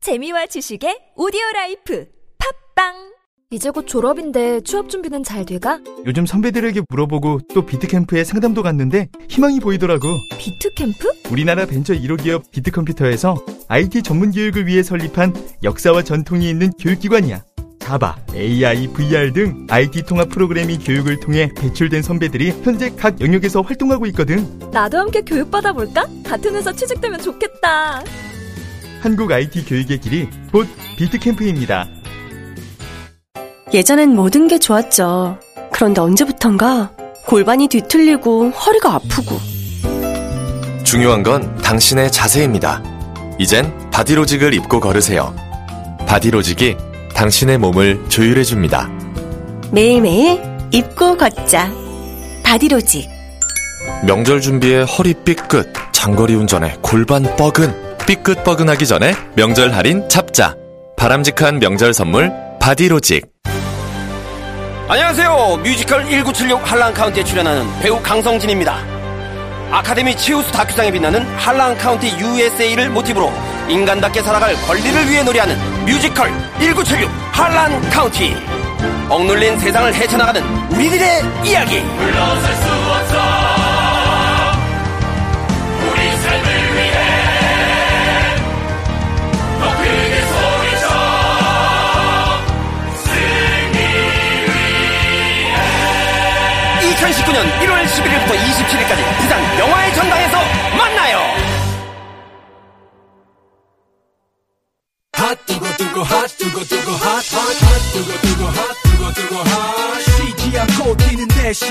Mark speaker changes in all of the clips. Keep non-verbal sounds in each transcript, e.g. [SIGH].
Speaker 1: 재미와 지식의 오디오 라이프 팝빵
Speaker 2: 이제 곧 졸업인데 취업 준비는 잘 돼가?
Speaker 3: 요즘 선배들에게 물어보고 또 비트캠프에 상담도 갔는데 희망이 보이더라고.
Speaker 2: 비트 캠프?
Speaker 3: 우리나라 벤처 1호 기업 비트컴퓨터에서 IT 전문 교육을 위해 설립한 역사와 전통이 있는 교육기관이야. 자바, AI, VR 등 IT 통합 프로그래밍 교육을 통해 배출된 선배들이 현재 각 영역에서 활동하고 있거든.
Speaker 2: 나도 함께 교육 받아볼까? 같은 회사 취직되면 좋겠다.
Speaker 3: 한국 IT 교육의 길이 곧 비트캠프입니다.
Speaker 4: 예전엔 모든 게 좋았죠. 그런데 언제부턴가 골반이 뒤틀리고 허리가 아프고
Speaker 5: 중요한 건 당신의 자세입니다. 이젠 바디로직을 입고 걸으세요. 바디로직이 당신의 몸을 조율해줍니다.
Speaker 4: 매일매일 입고 걷자. 바디로직.
Speaker 5: 명절 준비에 허리 삐끗, 장거리 운전에 골반 뻐근, 삐끗뻐근하기 전에 명절 할인 잡자. 바람직한 명절 선물 바디로직.
Speaker 6: 안녕하세요. 뮤지컬 1976 한란 카운티에 출연하는 배우 강성진입니다. 아카데미 최우수 다큐상에 빛나는 한란 카운티 USA를 모티브로 인간답게 살아갈 권리를 위해 노래하는 뮤지컬 1976 한란 카운티. 억눌린 세상을 헤쳐나가는 우리들의 이야기. 물러설 수 없어. 우리 삶을 위해. 2019년 1월 11일부터 27일까지 부산 영화의 전당에서 만나요.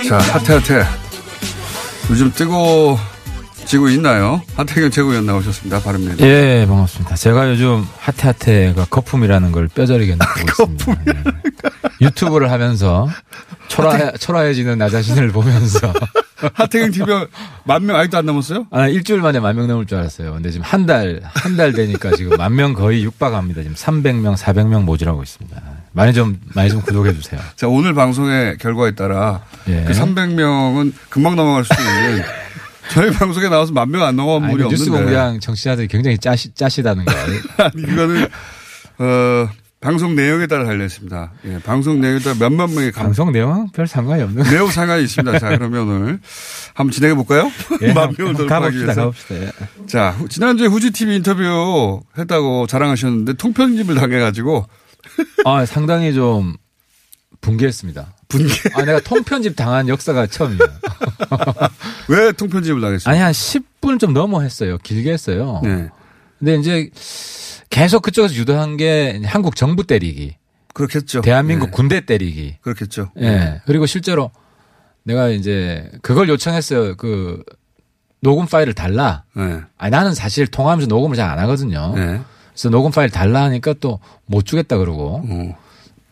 Speaker 7: 자, 하태 하태. 요즘 뜨거워지고 있나요? 하태경 최고위원 나오셨습니다. 바른미래당.
Speaker 8: 예, 반갑습니다. 제가 요즘 하태하태가 거품이라는 걸 뼈저리게
Speaker 7: 아,
Speaker 8: 느끼고 있습니다. 네. 유튜브를 하면서 초라해, 초라해지는 나 자신을 보면서
Speaker 7: [LAUGHS] 하태경 TV 만명 아직도 안 넘었어요?
Speaker 8: 아, 일주일 만에 만 명 넘을 줄 알았어요. 근데 지금 한 달, 한 달 되니까 지금 만 명 거의 육박합니다. 지금 300명, 400명 모집하고 있습니다. 많이 좀, 많이 좀 구독해 주세요.
Speaker 7: 자, 오늘 방송의 결과에 따라
Speaker 8: 예.
Speaker 7: 그 300명은 금방 넘어갈 수도
Speaker 8: [LAUGHS]
Speaker 7: 있는 저희 방송에 나와서 만 명 안 넘어간
Speaker 8: 아니,
Speaker 7: 분이
Speaker 8: 뉴스
Speaker 7: 없는데.
Speaker 8: 공장 정치자들이 굉장히 짜시, 짜시다는 거.
Speaker 7: [LAUGHS] 아니, 그거는, 어, 방송 내용에 따라 달려있습니다. 예, 방송 내용에 따라 몇만 명이 감,
Speaker 8: 방송 내용 별 상관이 없는 거.
Speaker 7: 매우 상관이 있습니다. 자, 그러면 오늘 한번 진행해 볼까요?
Speaker 8: 예,
Speaker 7: 만 명을
Speaker 8: 한번
Speaker 7: 돌파하기
Speaker 8: 가봅시다,
Speaker 7: 위해서.
Speaker 8: 가봅시다. 예.
Speaker 7: 자, 후- 지난주에 후지TV 인터뷰 했다고 자랑하셨는데 통편집을 당해가지고
Speaker 8: 아, 상당히 좀 붕괴했습니다.
Speaker 7: 분개. [LAUGHS]
Speaker 8: 아, 내가 통편집 당한 역사가 처음이에요.
Speaker 7: 왜 통편집을 당했어요?
Speaker 8: 아니, 한 10분 좀 넘어 했어요. 길게 했어요.
Speaker 7: 네.
Speaker 8: 근데 이제 계속 그쪽에서 유도한 게 한국 정부 때리기,
Speaker 7: 그렇겠죠.
Speaker 8: 대한민국
Speaker 7: 네.
Speaker 8: 군대 때리기.
Speaker 7: 그렇겠죠.
Speaker 8: 예. 그리고 실제로 내가 이제 그걸 요청했어요. 그 녹음 파일을 달라.
Speaker 7: 네.
Speaker 8: 아니, 나는 사실 통화하면서 녹음을 잘 안 하거든요.
Speaker 7: 네.
Speaker 8: 그래서 녹음 파일 달라 하니까 또 못 주겠다 그러고.
Speaker 7: 어.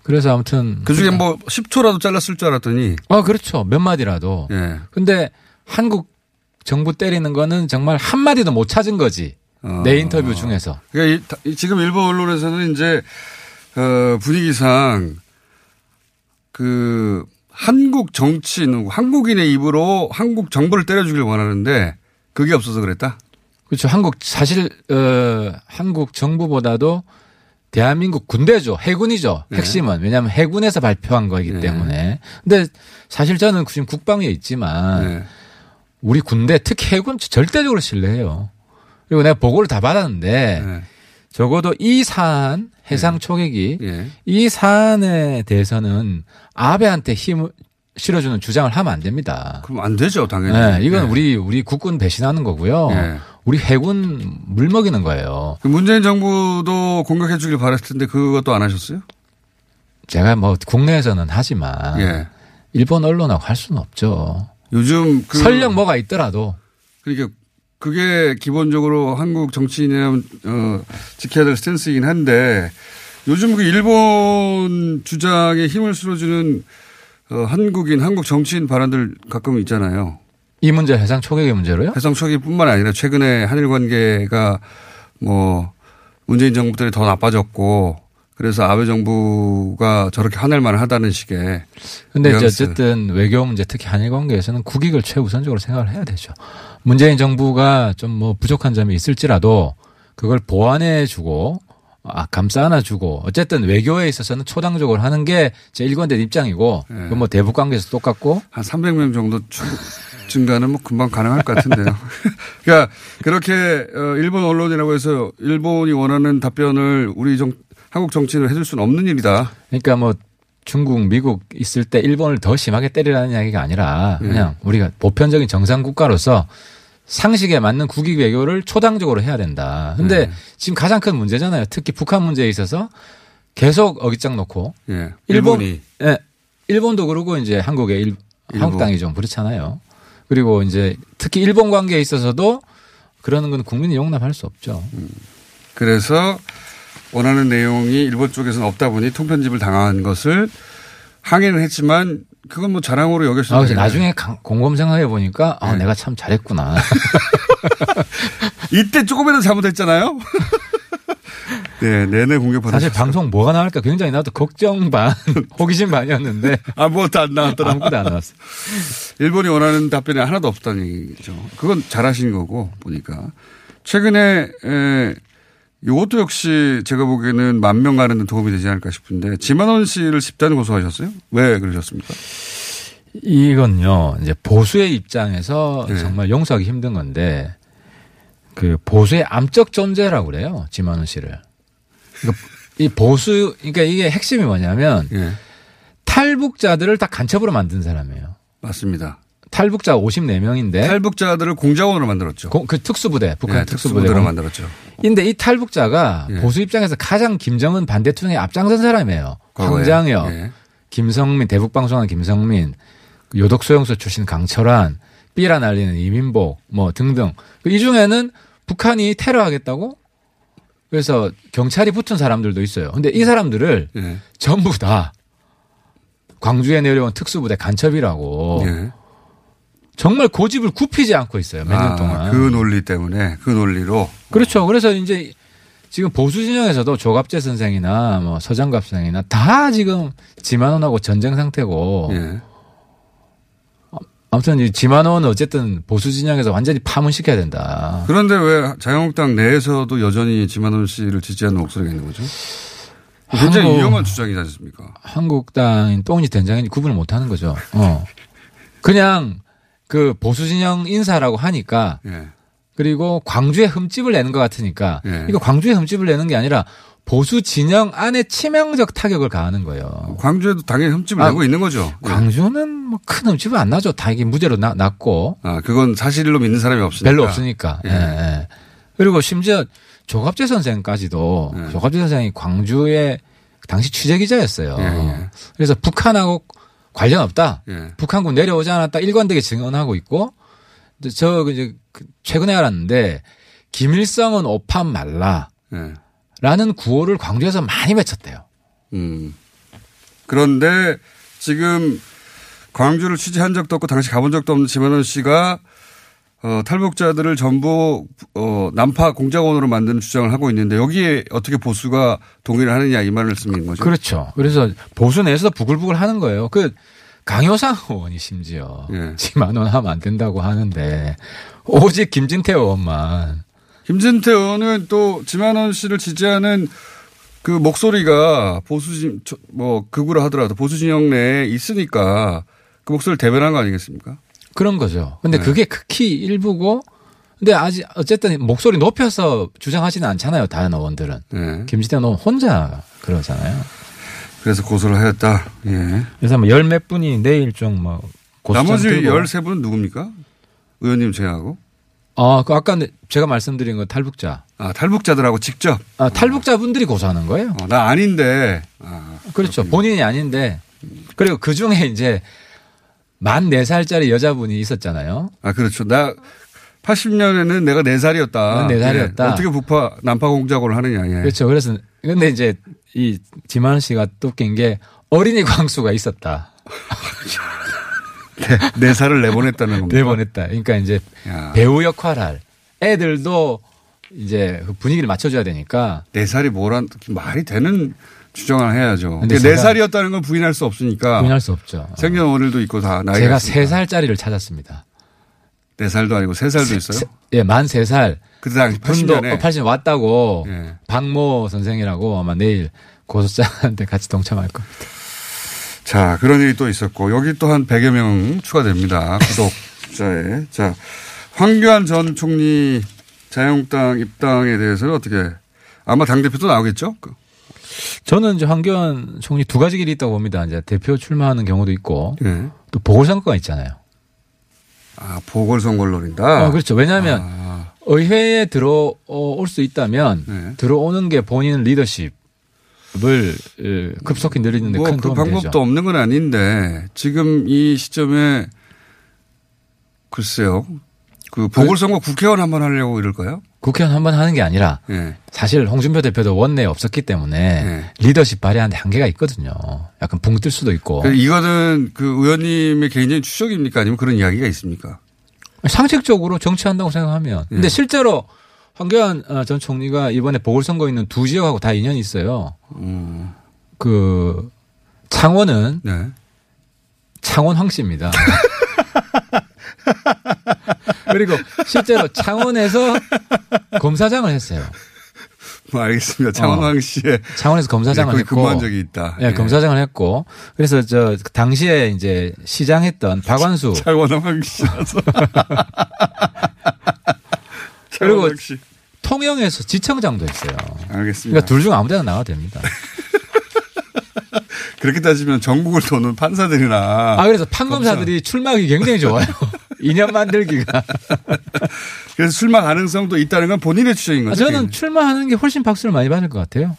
Speaker 8: 그래서 아무튼.
Speaker 7: 그 중에 뭐 10초라도 잘랐을 줄 알았더니,
Speaker 8: 아, 그렇죠. 몇 마디라도.
Speaker 7: 예.
Speaker 8: 근데 한국 정부 때리는 거는 정말 한마디도 못 찾은 거지.
Speaker 7: 어.
Speaker 8: 내 인터뷰 중에서.
Speaker 7: 그러니까 이- 다- 이- 지금 일본 언론에서는 이제, 어, 분위기상, 그, 한국 정치인, 한국인의 입으로 한국 정부를 때려주길 원하는데, 그게 없어서 그랬다?
Speaker 8: 그렇죠. 한국 사실 어 한국 정부보다도 대한민국 군대죠. 해군이죠. 핵심은 왜냐하면 해군에서 발표한 거이기
Speaker 7: 네.
Speaker 8: 때문에. 근데 사실 저는 지금 국방위에 있지만
Speaker 7: 네.
Speaker 8: 우리 군대 특히 해군 절대적으로 신뢰해요. 그리고 내가 보고를 다 받았는데
Speaker 7: 네.
Speaker 8: 적어도 이 사안 해상 초계기
Speaker 7: 예.
Speaker 8: 이 사안에 대해서는 아베한테 힘을 실어주는 주장을 하면 안 됩니다.
Speaker 7: 그럼 안 되죠, 당연히.
Speaker 8: 네, 이건
Speaker 7: 예.
Speaker 8: 우리 우리 국군 배신하는 거고요.
Speaker 7: 예.
Speaker 8: 우리 해군 물 먹이는 거예요.
Speaker 7: 그 문재인 정부도 공격해 주길 바랬을 텐데 그것도 안 하셨어요?
Speaker 8: 제가 뭐 국내에서는 하지만
Speaker 7: 예.
Speaker 8: 일본 언론하고 할 수는 없죠.
Speaker 7: 요즘 그
Speaker 8: 설령 뭐가 있더라도
Speaker 7: 그러니까 그게 기본적으로 한국 정치인이라면 어, 지켜야 될 스탠스이긴 한데 요즘 그 일본 주장에 힘을 실어주는 어, 한국인 한국 정치인 발언들 가끔 있잖아요.
Speaker 8: 이 문제 해상 초계의 문제로요?
Speaker 7: 해상 초기뿐만 아니라 최근에 한일 관계가 뭐 문재인 정부 들이더 나빠졌고 그래서 아베 정부가 저렇게 화낼 만하다는 식의
Speaker 8: 근데 이제
Speaker 7: 뉘앙스.
Speaker 8: 어쨌든 외교 문제 특히 한일 관계에서는 국익을 최우선적으로 생각을 해야 되죠. 문재인 정부가 좀 뭐 부족한 점이 있을지라도 그걸 보완해 주고 아, 감싸 안아주고 어쨌든 외교에 있어서는 초당적으로 하는 게 제 일관된 입장이고
Speaker 7: 예.
Speaker 8: 그건 뭐 대북 관계에서 똑같고
Speaker 7: 한 300명 정도 추- 증가는 뭐 금방 가능할 것 같은데요. [LAUGHS] 그러니까 그렇게 어, 일본 언론이라고 해서 일본이 원하는 답변을 우리 정, 한국 정치인을 해줄 수는 없는 일이다.
Speaker 8: 그러니까 뭐 중국, 미국 있을 때 일본을 더 심하게 때리라는 이야기가 아니라 그냥 우리가 보편적인 정상 국가로서 상식에 맞는 국익 외교를 초당적으로 해야 된다. 근데 지금 가장 큰 문제잖아요. 특히 북한 문제에 있어서 계속 어깃장 놓고
Speaker 7: 예.
Speaker 8: 일본,
Speaker 7: 일본이
Speaker 8: 예. 일본도 그러고 이제 한국의 일, 한국 당이 좀 그렇잖아요. 그리고 이제 특히 일본 관계에 있어서도 그러는 건 국민이 용납할 수 없죠.
Speaker 7: 그래서 원하는 내용이 일본 쪽에서는 없다 보니 통편집을 당한 것을 항의는 했지만 그건 뭐 자랑으로
Speaker 8: 아,
Speaker 7: 여겼어요.
Speaker 8: 그래서 나중에 강- 곰곰 생각해 보니까 아, 내가 참 잘했구나.
Speaker 7: 이때 조금이라도 잘못했잖아요. [LAUGHS] 네, 내내 공격받았어요.
Speaker 8: 사실 방송 뭐가 나올까 굉장히 나도 걱정 반, [LAUGHS]
Speaker 7: [LAUGHS]
Speaker 8: 호기심 반이었는데
Speaker 7: 아무것도 뭐 안 나왔더라.
Speaker 8: 아무것도 안 나왔어.
Speaker 7: 일본이 원하는 답변이 하나도 없다는 얘기죠. 그건 잘하신 거고 보니까 최근에 에, 이것도 역시 제가 보기에는 만 명 가는데 도움이 되지 않을까 싶은데 지만원 씨를 집단 고소하셨어요? 왜 그러셨습니까?
Speaker 8: 이건요, 이제 보수의 입장에서
Speaker 7: 네.
Speaker 8: 정말 용서하기 힘든 건데 그 보수의 암적 존재라고 그래요. 지만원 씨를. 그러니까 이 보수, 그러니까 이게 핵심이 뭐냐면
Speaker 7: 예,
Speaker 8: 탈북자들을 다 간첩으로 만든 사람이에요.
Speaker 7: 맞습니다.
Speaker 8: 탈북자 54명인데
Speaker 7: 탈북자들을 공작원으로 만들었죠.
Speaker 8: 그 특수부대, 네. 북한
Speaker 7: 예,
Speaker 8: 특수부대.
Speaker 7: 특수부대로 만들었죠.
Speaker 8: 근데 이 탈북자가
Speaker 7: 예.
Speaker 8: 보수 입장에서 가장 김정은 반대 투쟁에 앞장선 사람이에요.
Speaker 7: 과거에.
Speaker 8: 황장혁,
Speaker 7: 예.
Speaker 8: 김성민 대북 방송한 김성민, 요독 소영소 출신 강철환, 삐라 날리는 이민복 뭐 등등. 그이 중에는 북한이 테러하겠다고 그래서 경찰이 붙은 사람들도 있어요. 근데 이 사람들을
Speaker 7: 예.
Speaker 8: 전부 다 광주에 내려온 특수부대 간첩이라고
Speaker 7: 예.
Speaker 8: 정말 고집을 굽히지 않고 있어요. 몇 년
Speaker 7: 아,
Speaker 8: 동안.
Speaker 7: 그 논리 때문에 그 논리로
Speaker 8: 그렇죠. 그래서 이제 지금 보수 진영에서도 조갑재 선생이나 뭐 서장갑 선생이나 다 지금 지만원하고 전쟁 상태고
Speaker 7: 예.
Speaker 8: 아무튼 이 지만원은 어쨌든 보수 진영에서 완전히 파문시켜야 된다.
Speaker 7: 그런데 왜 자유한국당 내에서도 여전히 지만원 씨를 지지하는 목소리가 있는 거죠? 굉장히
Speaker 8: 한국-
Speaker 7: 위험한 주장이지 않습니까?
Speaker 8: 한국당인 똥인지 된장인지 구분을 못 하는 거죠. 어. 그냥 그 보수 진영 인사라고 하니까
Speaker 7: 예.
Speaker 8: 그리고 광주에 흠집을 내는 것 같으니까
Speaker 7: 예.
Speaker 8: 이거 광주에 흠집을 내는 게 아니라 보수 진영 안에 치명적 타격을 가하는 거예요.
Speaker 7: 광주에도 당연히 흠집을
Speaker 8: 아,
Speaker 7: 내고 있는 거죠. 예.
Speaker 8: 광주는 뭐 큰 흠집은 안 나죠. 다 이게 무죄로 나, 났고
Speaker 7: 아, 그건 사실로 믿는 사람이 없으니까.
Speaker 8: 별로 없으니까.
Speaker 7: 예.
Speaker 8: 예. 예. 그리고 심지어 조갑재 선생까지도
Speaker 7: 예.
Speaker 8: 조갑재 선생이 광주의 당시 취재 기자였어요.
Speaker 7: 예, 예.
Speaker 8: 그래서 북한하고 관련 없다.
Speaker 7: 예.
Speaker 8: 북한군 내려오지 않았다. 일관되게 증언하고 있고 근데 저 이제 그 최근에 알았는데 김일성은 오판 말라라는
Speaker 7: 예.
Speaker 8: 구호를 광주에서 많이 외쳤대요.
Speaker 7: 음. 그런데 지금 광주를 취재한 적도 없고 당시 가본 적도 없는 지만원 씨가 어, 탈북자들을 전부 어, 남파 공작원으로 만드는 주장을 하고 있는데 여기에 어떻게 보수가 동의를 하느냐 이 말을 쓰는 거죠.
Speaker 8: 그렇죠. 그래서 보수 내에서도 부글부글 하는 거예요. 그 강효상 의원이 심지어
Speaker 7: 예.
Speaker 8: 지만원 하면 안 된다고 하는데 오직 김진태 의원만
Speaker 7: 김진태 의원은 또 지만원 씨를 지지하는 그 목소리가 보수진 뭐 극우라 하더라도 보수 진영 내에 있으니까 그 목소리를 대변한 거 아니겠습니까?
Speaker 8: 그런 거죠. 근데
Speaker 7: 네.
Speaker 8: 그게 극히 일부고 근데 아직 어쨌든 목소리 높여서 주장하지는 않잖아요. 다른 의원들은
Speaker 7: 예.
Speaker 8: 김진태 의원 혼자 그러잖아요.
Speaker 7: 그래서 고소를 하였다. 예.
Speaker 8: 그래서 뭐 열 몇 분이 내일 좀뭐
Speaker 7: 나머지 13분은 누굽니까? 의원님 제외하고?
Speaker 8: 아, 그 아까 제가 말씀드린 거 탈북자.
Speaker 7: 아, 탈북자들하고 직접.
Speaker 8: 아, 탈북자분들이 고소하는 거예요.
Speaker 7: 어, 나 아닌데. 아,
Speaker 8: 그렇죠. 본인이 아닌데. 그리고 그 중에 이제 만 네살짜리 여자분이 있었잖아요.
Speaker 7: 아, 그렇죠. 나 80년에는 내가 네살이었다
Speaker 8: 나는 네 살이었다.
Speaker 7: 어떻게 북파, 남파 공작을 하느냐. 예.
Speaker 8: 그렇죠. 그래서 근데 이제 이 지만 씨가 또 웃긴 게 어린이 광수가 있었다.
Speaker 7: 네 살을 내보냈다는
Speaker 8: [LAUGHS]
Speaker 7: 겁니다.
Speaker 8: 내보냈다. 그러니까 이제
Speaker 7: 야.
Speaker 8: 배우 역할할 애들도 이제 그 분위기를 맞춰줘야 되니까
Speaker 7: 네 살이 뭐란, 말이 되는 주장을 해야죠.
Speaker 8: 근데
Speaker 7: 근데 네
Speaker 8: 제가-
Speaker 7: 살이었다는 건 부인할 수 없으니까.
Speaker 8: 부인할 수 없죠.
Speaker 7: 생년월일도 있고 다 아, 나이가.
Speaker 8: 제가
Speaker 7: 있으니까.
Speaker 8: 세살짜리를 찾았습니다.
Speaker 7: 네 살도 아니고 세 살도 있어요.
Speaker 8: 세- 예, 만 세살
Speaker 7: 그때 당시
Speaker 8: 분도 어,
Speaker 7: 80년에
Speaker 8: 80 왔다고
Speaker 7: 예.
Speaker 8: 박모 선생이라고 아마 내일 고소장한테 같이 동참할 거.
Speaker 7: 자, 그런 일이 또 있었고, 여기 또 한 100여 명
Speaker 8: [LAUGHS]
Speaker 7: 추가됩니다. 구독자에. 자, 황교안 전 총리 자영당 입당에 대해서는 어떻게, 아마 당대표도 나오겠죠? 그,
Speaker 8: 저는 이제 황교안 총리 두 가지 길이 있다고 봅니다. 이제 대표 출마하는 경우도 있고
Speaker 7: 예.
Speaker 8: 또 보궐선거가 있잖아요.
Speaker 7: 아, 보궐선거를 노린다.
Speaker 8: 어, 그렇죠. 왜냐하면
Speaker 7: 아,
Speaker 8: 의회에 들어올 수 있다면
Speaker 7: 네.
Speaker 8: 들어오는 게 본인 리더십을 어, 급속히 늘리는데
Speaker 7: 뭐,
Speaker 8: 큰
Speaker 7: 그
Speaker 8: 도움이
Speaker 7: 방법도
Speaker 8: 되죠.
Speaker 7: 없는 건 아닌데, 지금 이 시점에, 글쎄요. 그 보궐선거 국회의원 한 번 하려고 이럴까요?
Speaker 8: 국회의원 한 번 하는 게 아니라
Speaker 7: 예.
Speaker 8: 사실 홍준표 대표도 원내에 없었기 때문에
Speaker 7: 네.
Speaker 8: 리더십 발휘하는데 한계가 있거든요. 약간 붕 뜰 수도 있고
Speaker 7: 그 이거는 그 의원님의 개인적인 추적입니까? 아니면 그런 이야기가 있습니까?
Speaker 8: 상식적으로 정치한다고 생각하면
Speaker 7: 예.
Speaker 8: 근데 실제로 황교안 어, 전 총리가 이번에 보궐선거 있는 두 지역하고 다 인연이 있어요.
Speaker 7: 음,
Speaker 8: 그 창원은
Speaker 7: 네. [LAUGHS]
Speaker 8: 창원 황씨입니다. 그리고 실제로 창원에서 검사장을 했어요.
Speaker 7: 뭐 알겠습니다. 창원왕 씨의
Speaker 8: 창원에서 어. 검사장을
Speaker 7: 예, 거기
Speaker 8: 했고
Speaker 7: 근무한 적이 있다.
Speaker 8: 예, 검사장을 했고 그래서 저 당시에 이제 시장했던
Speaker 7: [LAUGHS]
Speaker 8: 박완수
Speaker 7: 창원왕 씨라서.
Speaker 8: [LAUGHS]
Speaker 7: 창원왕 씨.
Speaker 8: 통영에서 지청장도 했어요.
Speaker 7: 알겠습니다.
Speaker 8: 그러니까 둘 중 아무데나 나와도 됩니다.
Speaker 7: 그렇게 따지면 전국을 도는 판사들이나
Speaker 8: 아 그래서 판검사들이 출마하기 굉장히 좋아요. [LAUGHS] 인연
Speaker 7: [LAUGHS]
Speaker 8: 만들기가.
Speaker 7: 그래서 출마 가능성도 있다는 건 본인의 추정인
Speaker 8: 아,
Speaker 7: 거죠.
Speaker 8: 저는 출마하는 게 훨씬 박수를 많이 받을 것 같아요.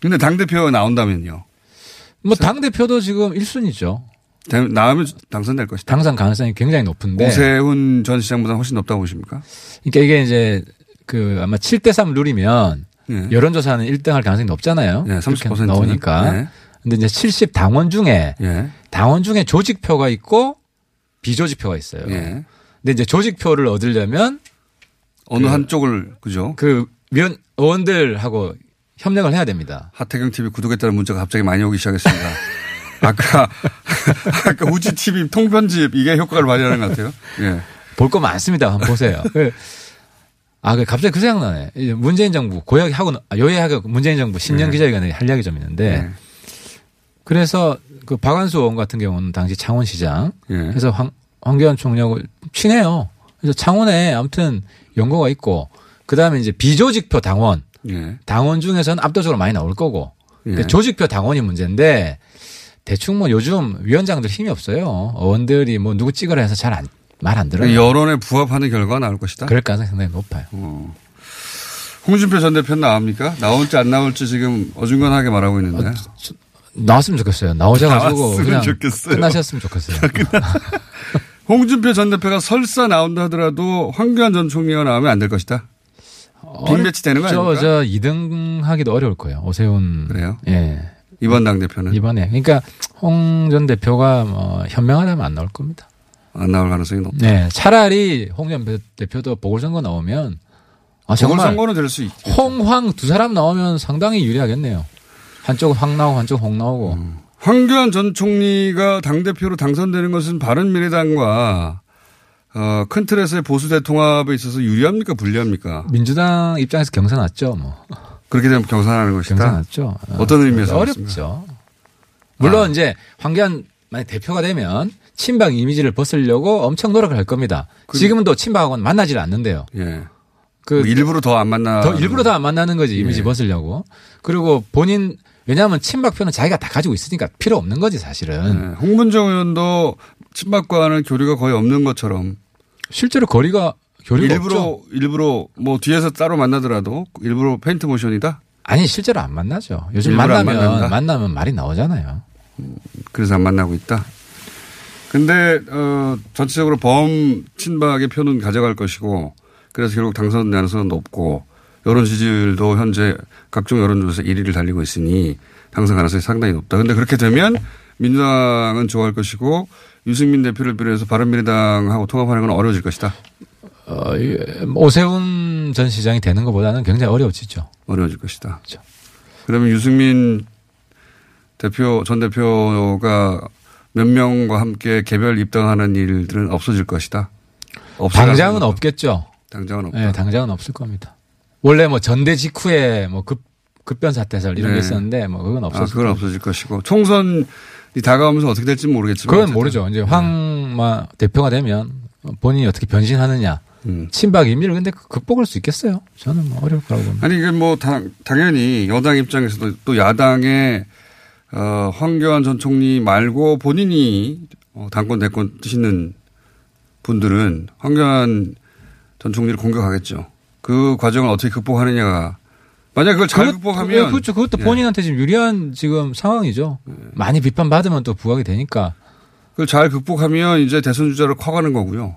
Speaker 7: 근데 당 대표 나온다면요.
Speaker 8: 뭐 당 대표도 지금 1순위죠.
Speaker 7: 대- 나오면 당선될 것이다.
Speaker 8: 당선 가능성이 굉장히 높은데.
Speaker 7: 오세훈 전 시장보다 훨씬 높다고 보십니까?
Speaker 8: 그러니까 이게 이제 그 아마 7대3 룰이면
Speaker 7: 예.
Speaker 8: 여론조사는 1등 할 가능성이 높잖아요.
Speaker 7: 네, 30% 는.
Speaker 8: 나오니까.
Speaker 7: 네.
Speaker 8: 근데 이제 70 당원 중에
Speaker 7: 예.
Speaker 8: 당원 중에 조직표가 있고 비조직표가 있어요. 그
Speaker 7: 예.
Speaker 8: 근데 이제 조직표를 얻으려면
Speaker 7: 어느 한쪽을 그죠?
Speaker 8: 그 위원 의원들하고 협력을 해야 됩니다.
Speaker 7: 하태경 TV 구독했다는 문자가 갑자기 많이 오기 시작했습니다. [LAUGHS] 아까 [LAUGHS] 아까 우지 TV 통편집 이게 효과를 발휘하는 것 같아요. 예.
Speaker 8: 볼 거 많습니다. 한번 보세요. 그, 아, 그 갑자기 그 생각나네. 이제 문재인 정부 고약하고 아, 요약하고 문재인 정부 신년 기자회견에 할 이야기 좀 있는데
Speaker 7: 네.
Speaker 8: 그래서 그 박완수 의원 같은 경우는 당시 창원시장
Speaker 7: 예.
Speaker 8: 그래서 황, 황교안 총리하고 친해요. 그래서 창원에 아무튼 연고가 있고 그 다음에 이제 비조직표 당원
Speaker 7: 예.
Speaker 8: 당원 중에서는 압도적으로 많이 나올 거고
Speaker 7: 예.
Speaker 8: 근데 조직표 당원이 문제인데 대충 뭐 요즘 위원장들 힘이 없어요. 의원들이 뭐 누구 찍으라 해서 잘 안 말 안 들어요.
Speaker 7: 그 여론에 부합하는 결과가 나올 것이다.
Speaker 8: 그럴 가능성이 상당히 높아요.
Speaker 7: 어. 홍준표 전 대표는 나옵니까? 나올지 안 나올지 지금 어중간하게 말하고 있는데.
Speaker 8: 나왔으면 좋겠어요. 나오셔가지고
Speaker 7: 나왔으면
Speaker 8: 그냥
Speaker 7: 좋겠어요. 아,
Speaker 8: 끝나셨으면 좋겠어요.
Speaker 7: 홍준표 전 대표가 설사 나온다 하더라도 황교안 전 총리가 나오면 안 될 것이다. 빅매치 되는 거 아닙니까?
Speaker 8: 어, 저, 저 2등 하기도 어려울 거예요. 오세훈.
Speaker 7: 그래요?
Speaker 8: 예.
Speaker 7: 이번 당 대표는
Speaker 8: 이번에. 그러니까 홍 전 대표가 뭐 현명하다면 안 나올 겁니다.
Speaker 7: 안 나올 가능성이 높다.
Speaker 8: 네. 차라리 홍 전 대표도 보궐선거 나오면 아, 정말
Speaker 7: 보궐선거는 될 수 있.
Speaker 8: 홍황 두 사람 나오면 상당히 유리하겠네요. 한쪽은 황 나오고 한쪽은 홍 나오고.
Speaker 7: 음. 황교안 전 총리가 당대표로 당선되는 것은 바른미래당과 어, 큰 틀에서의 보수 대통합에 있어서 유리합니까? 불리합니까?
Speaker 8: 민주당 입장에서 경사났죠. 뭐.
Speaker 7: 그렇게 되면 경선하는 것이다.
Speaker 8: 경사났죠.
Speaker 7: 네, 어떤 의미에서
Speaker 8: 네, 어렵죠.
Speaker 7: 아.
Speaker 8: 물론 이제 황교안 만약 대표가 되면 친박 이미지를 벗으려고 엄청 노력을 할 겁니다. 지금은 또 친박하고는 만나질 않는데요.
Speaker 7: 예.
Speaker 8: 그
Speaker 7: 뭐 일부러 더 안 만나. 예.
Speaker 8: 더 일부러 다 안 만나는 거지 이미지 벗으려고. 그리고 본인 왜냐하면 친박 표는 자기가 다 가지고 있으니까 필요 없는 거지
Speaker 7: 예.
Speaker 8: 사실은.
Speaker 7: 홍문정 의원도 친박과는 교류가 거의 없는 것처럼
Speaker 8: 실제로 거리가 교류가
Speaker 7: 일부러
Speaker 8: 없죠.
Speaker 7: 일부러 뭐 뒤에서 따로 만나더라도 일부러 페인트 모션이다.
Speaker 8: 아니 실제로 안 만나죠. 요즘
Speaker 7: 일부러 안
Speaker 8: 만나면
Speaker 7: 만난다?
Speaker 8: 만나면 말이 나오잖아요.
Speaker 7: 그래서 안 만나고 있다. 근데 어 전체적으로 범 친박의 표는 가져갈 것이고 그래서 결국 당선 가능성은 높고 여론 지지율도 현재 각종 여론조사 1위를 달리고 있으니 당선 가능성이 상당히 높다. 근데 그렇게 되면 민주당은 좋아할 것이고 유승민 대표를 비롯해서 바른미래당하고 통합하는 건 어려워질 것이다.
Speaker 8: 어, 예, 오세훈 전 시장이 되는 것보다는 굉장히 어려워지죠.
Speaker 7: 어려워질 것이다.
Speaker 8: 그렇죠.
Speaker 7: 그러면 유승민 대표 전 대표가 몇 명과 함께 개별 입당하는 일들은 없어질 것이다. 없어요.
Speaker 8: 당장은 없겠죠.
Speaker 7: 당장은 없다.
Speaker 8: 예, 당장은 없을 겁니다. 원래 뭐 전대 직후에 뭐 급, 급변 사태설 이런
Speaker 7: 네.
Speaker 8: 게 있었는데 뭐 그건
Speaker 7: 아,
Speaker 8: 없었을
Speaker 7: 그건 없어질 것이고 총선이 다가오면서 어떻게 될지 는 모르겠지만
Speaker 8: 그건
Speaker 7: 어쨌든.
Speaker 8: 모르죠. 이제
Speaker 7: 네.
Speaker 8: 황마 대표가 되면 본인이 어떻게 변신하느냐.
Speaker 7: 음.
Speaker 8: 친박 임의를 근데 그 극복할 수 있겠어요? 저는 뭐 어려울 거라고 봅니다.
Speaker 7: 아니 이게 뭐 당, 당연히 여당 입장에서도 또 야당의 어, 황교안 전 총리 말고 본인이 어, 당권 대권 드시는 분들은 황교안 전 총리를 공격하겠죠. 그 과정을 어떻게 극복하느냐가 만약 그걸 잘
Speaker 8: 그것-
Speaker 7: 극복하면
Speaker 8: 예, 그렇죠. 그것도
Speaker 7: 예.
Speaker 8: 본인한테 지금 유리한 지금 상황이죠. 많이 비판받으면 또 부각이 되니까.
Speaker 7: 그걸 잘 극복하면 이제 대선 주자로 커가는 거고요.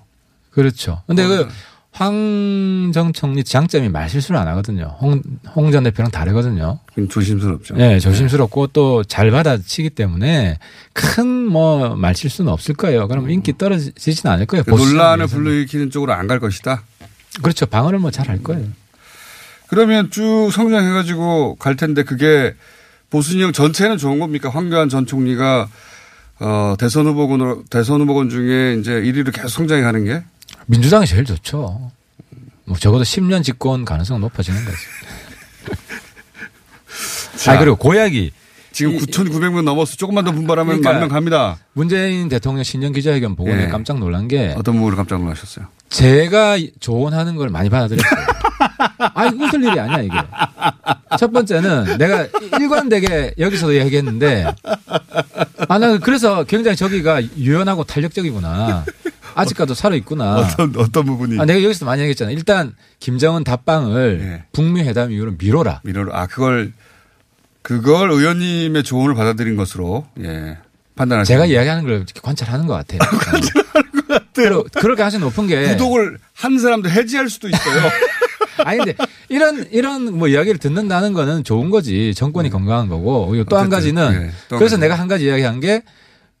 Speaker 8: 그렇죠. 근데 그 황정 총리 장점이 말실수를 안 하거든요. 홍 전 대표랑 다르거든요.
Speaker 7: 그건 조심스럽죠. 네.
Speaker 8: 예, 조심스럽고 또 잘 받아치기 때문에 큰 뭐 말실수는 없을 거예요. 그럼 인기 떨어지진 않을 거예요.
Speaker 7: 그 음. 논란을
Speaker 8: 보수적인
Speaker 7: 불러일으키는 쪽으로 안 갈 것이다.
Speaker 8: 그렇죠. 방어를 뭐 잘 할 거예요.
Speaker 7: 그러면 쭉 성장해가지고 갈 텐데 그게 보수진영 전체는 좋은 겁니까? 황교안 전 총리가 어, 대선 후보군으로, 대선 후보군 중에 이제 1위로 계속 성장해 가는 게?
Speaker 8: 민주당이 제일 좋죠. 뭐 적어도 10년 집권 가능성 높아지는 거죠. 아 그리고 고약이
Speaker 7: 지금 9,900명 넘어서 조금만 더 분발하면
Speaker 8: 그러니까
Speaker 7: 만 명 갑니다.
Speaker 8: 문재인 대통령 신년 기자회견 보고
Speaker 7: 예.
Speaker 8: 깜짝 놀란 게
Speaker 7: 어떤 부분을 깜짝 놀라셨어요?
Speaker 8: 제가 조언하는 걸 많이 받아들였어요. [LAUGHS] 아니, 웃을 일이 아니야, 이게. 첫 번째는 내가 일관되게 여기서도 얘기했는데, 아, 나 그래서 굉장히 저기가 유연하고 탄력적이구나. 아직까지 살아있구나.
Speaker 7: 어떤, 어떤 부분이?
Speaker 8: 아, 내가 여기서 많이 얘기했잖아. 일단, 김정은 답방을
Speaker 7: 예.
Speaker 8: 북미 회담 이후로 미뤄라.
Speaker 7: 미러로, 아, 그걸, 그걸 의원님의 조언을 받아들인 것으로, 예, 판단하셨
Speaker 8: 제가 이야기하는 걸 이렇게 관찰하는 것 같아요. [LAUGHS] 관찰하는 것 같아요. 그럴 가능성이 높은 게.
Speaker 7: 구독을 한 사람도 해지할 수도
Speaker 8: [LAUGHS]
Speaker 7: 있어요.
Speaker 8: 아니 근데 이런 이런 뭐 이야기를 듣는다는 거는 좋은 거지 정권이 건강한 거고 또 한
Speaker 7: 음. 어쨌든,
Speaker 8: 가지는
Speaker 7: 예, 또한
Speaker 8: 그래서
Speaker 7: 가지는.
Speaker 8: 내가 한 가지 이야기한 게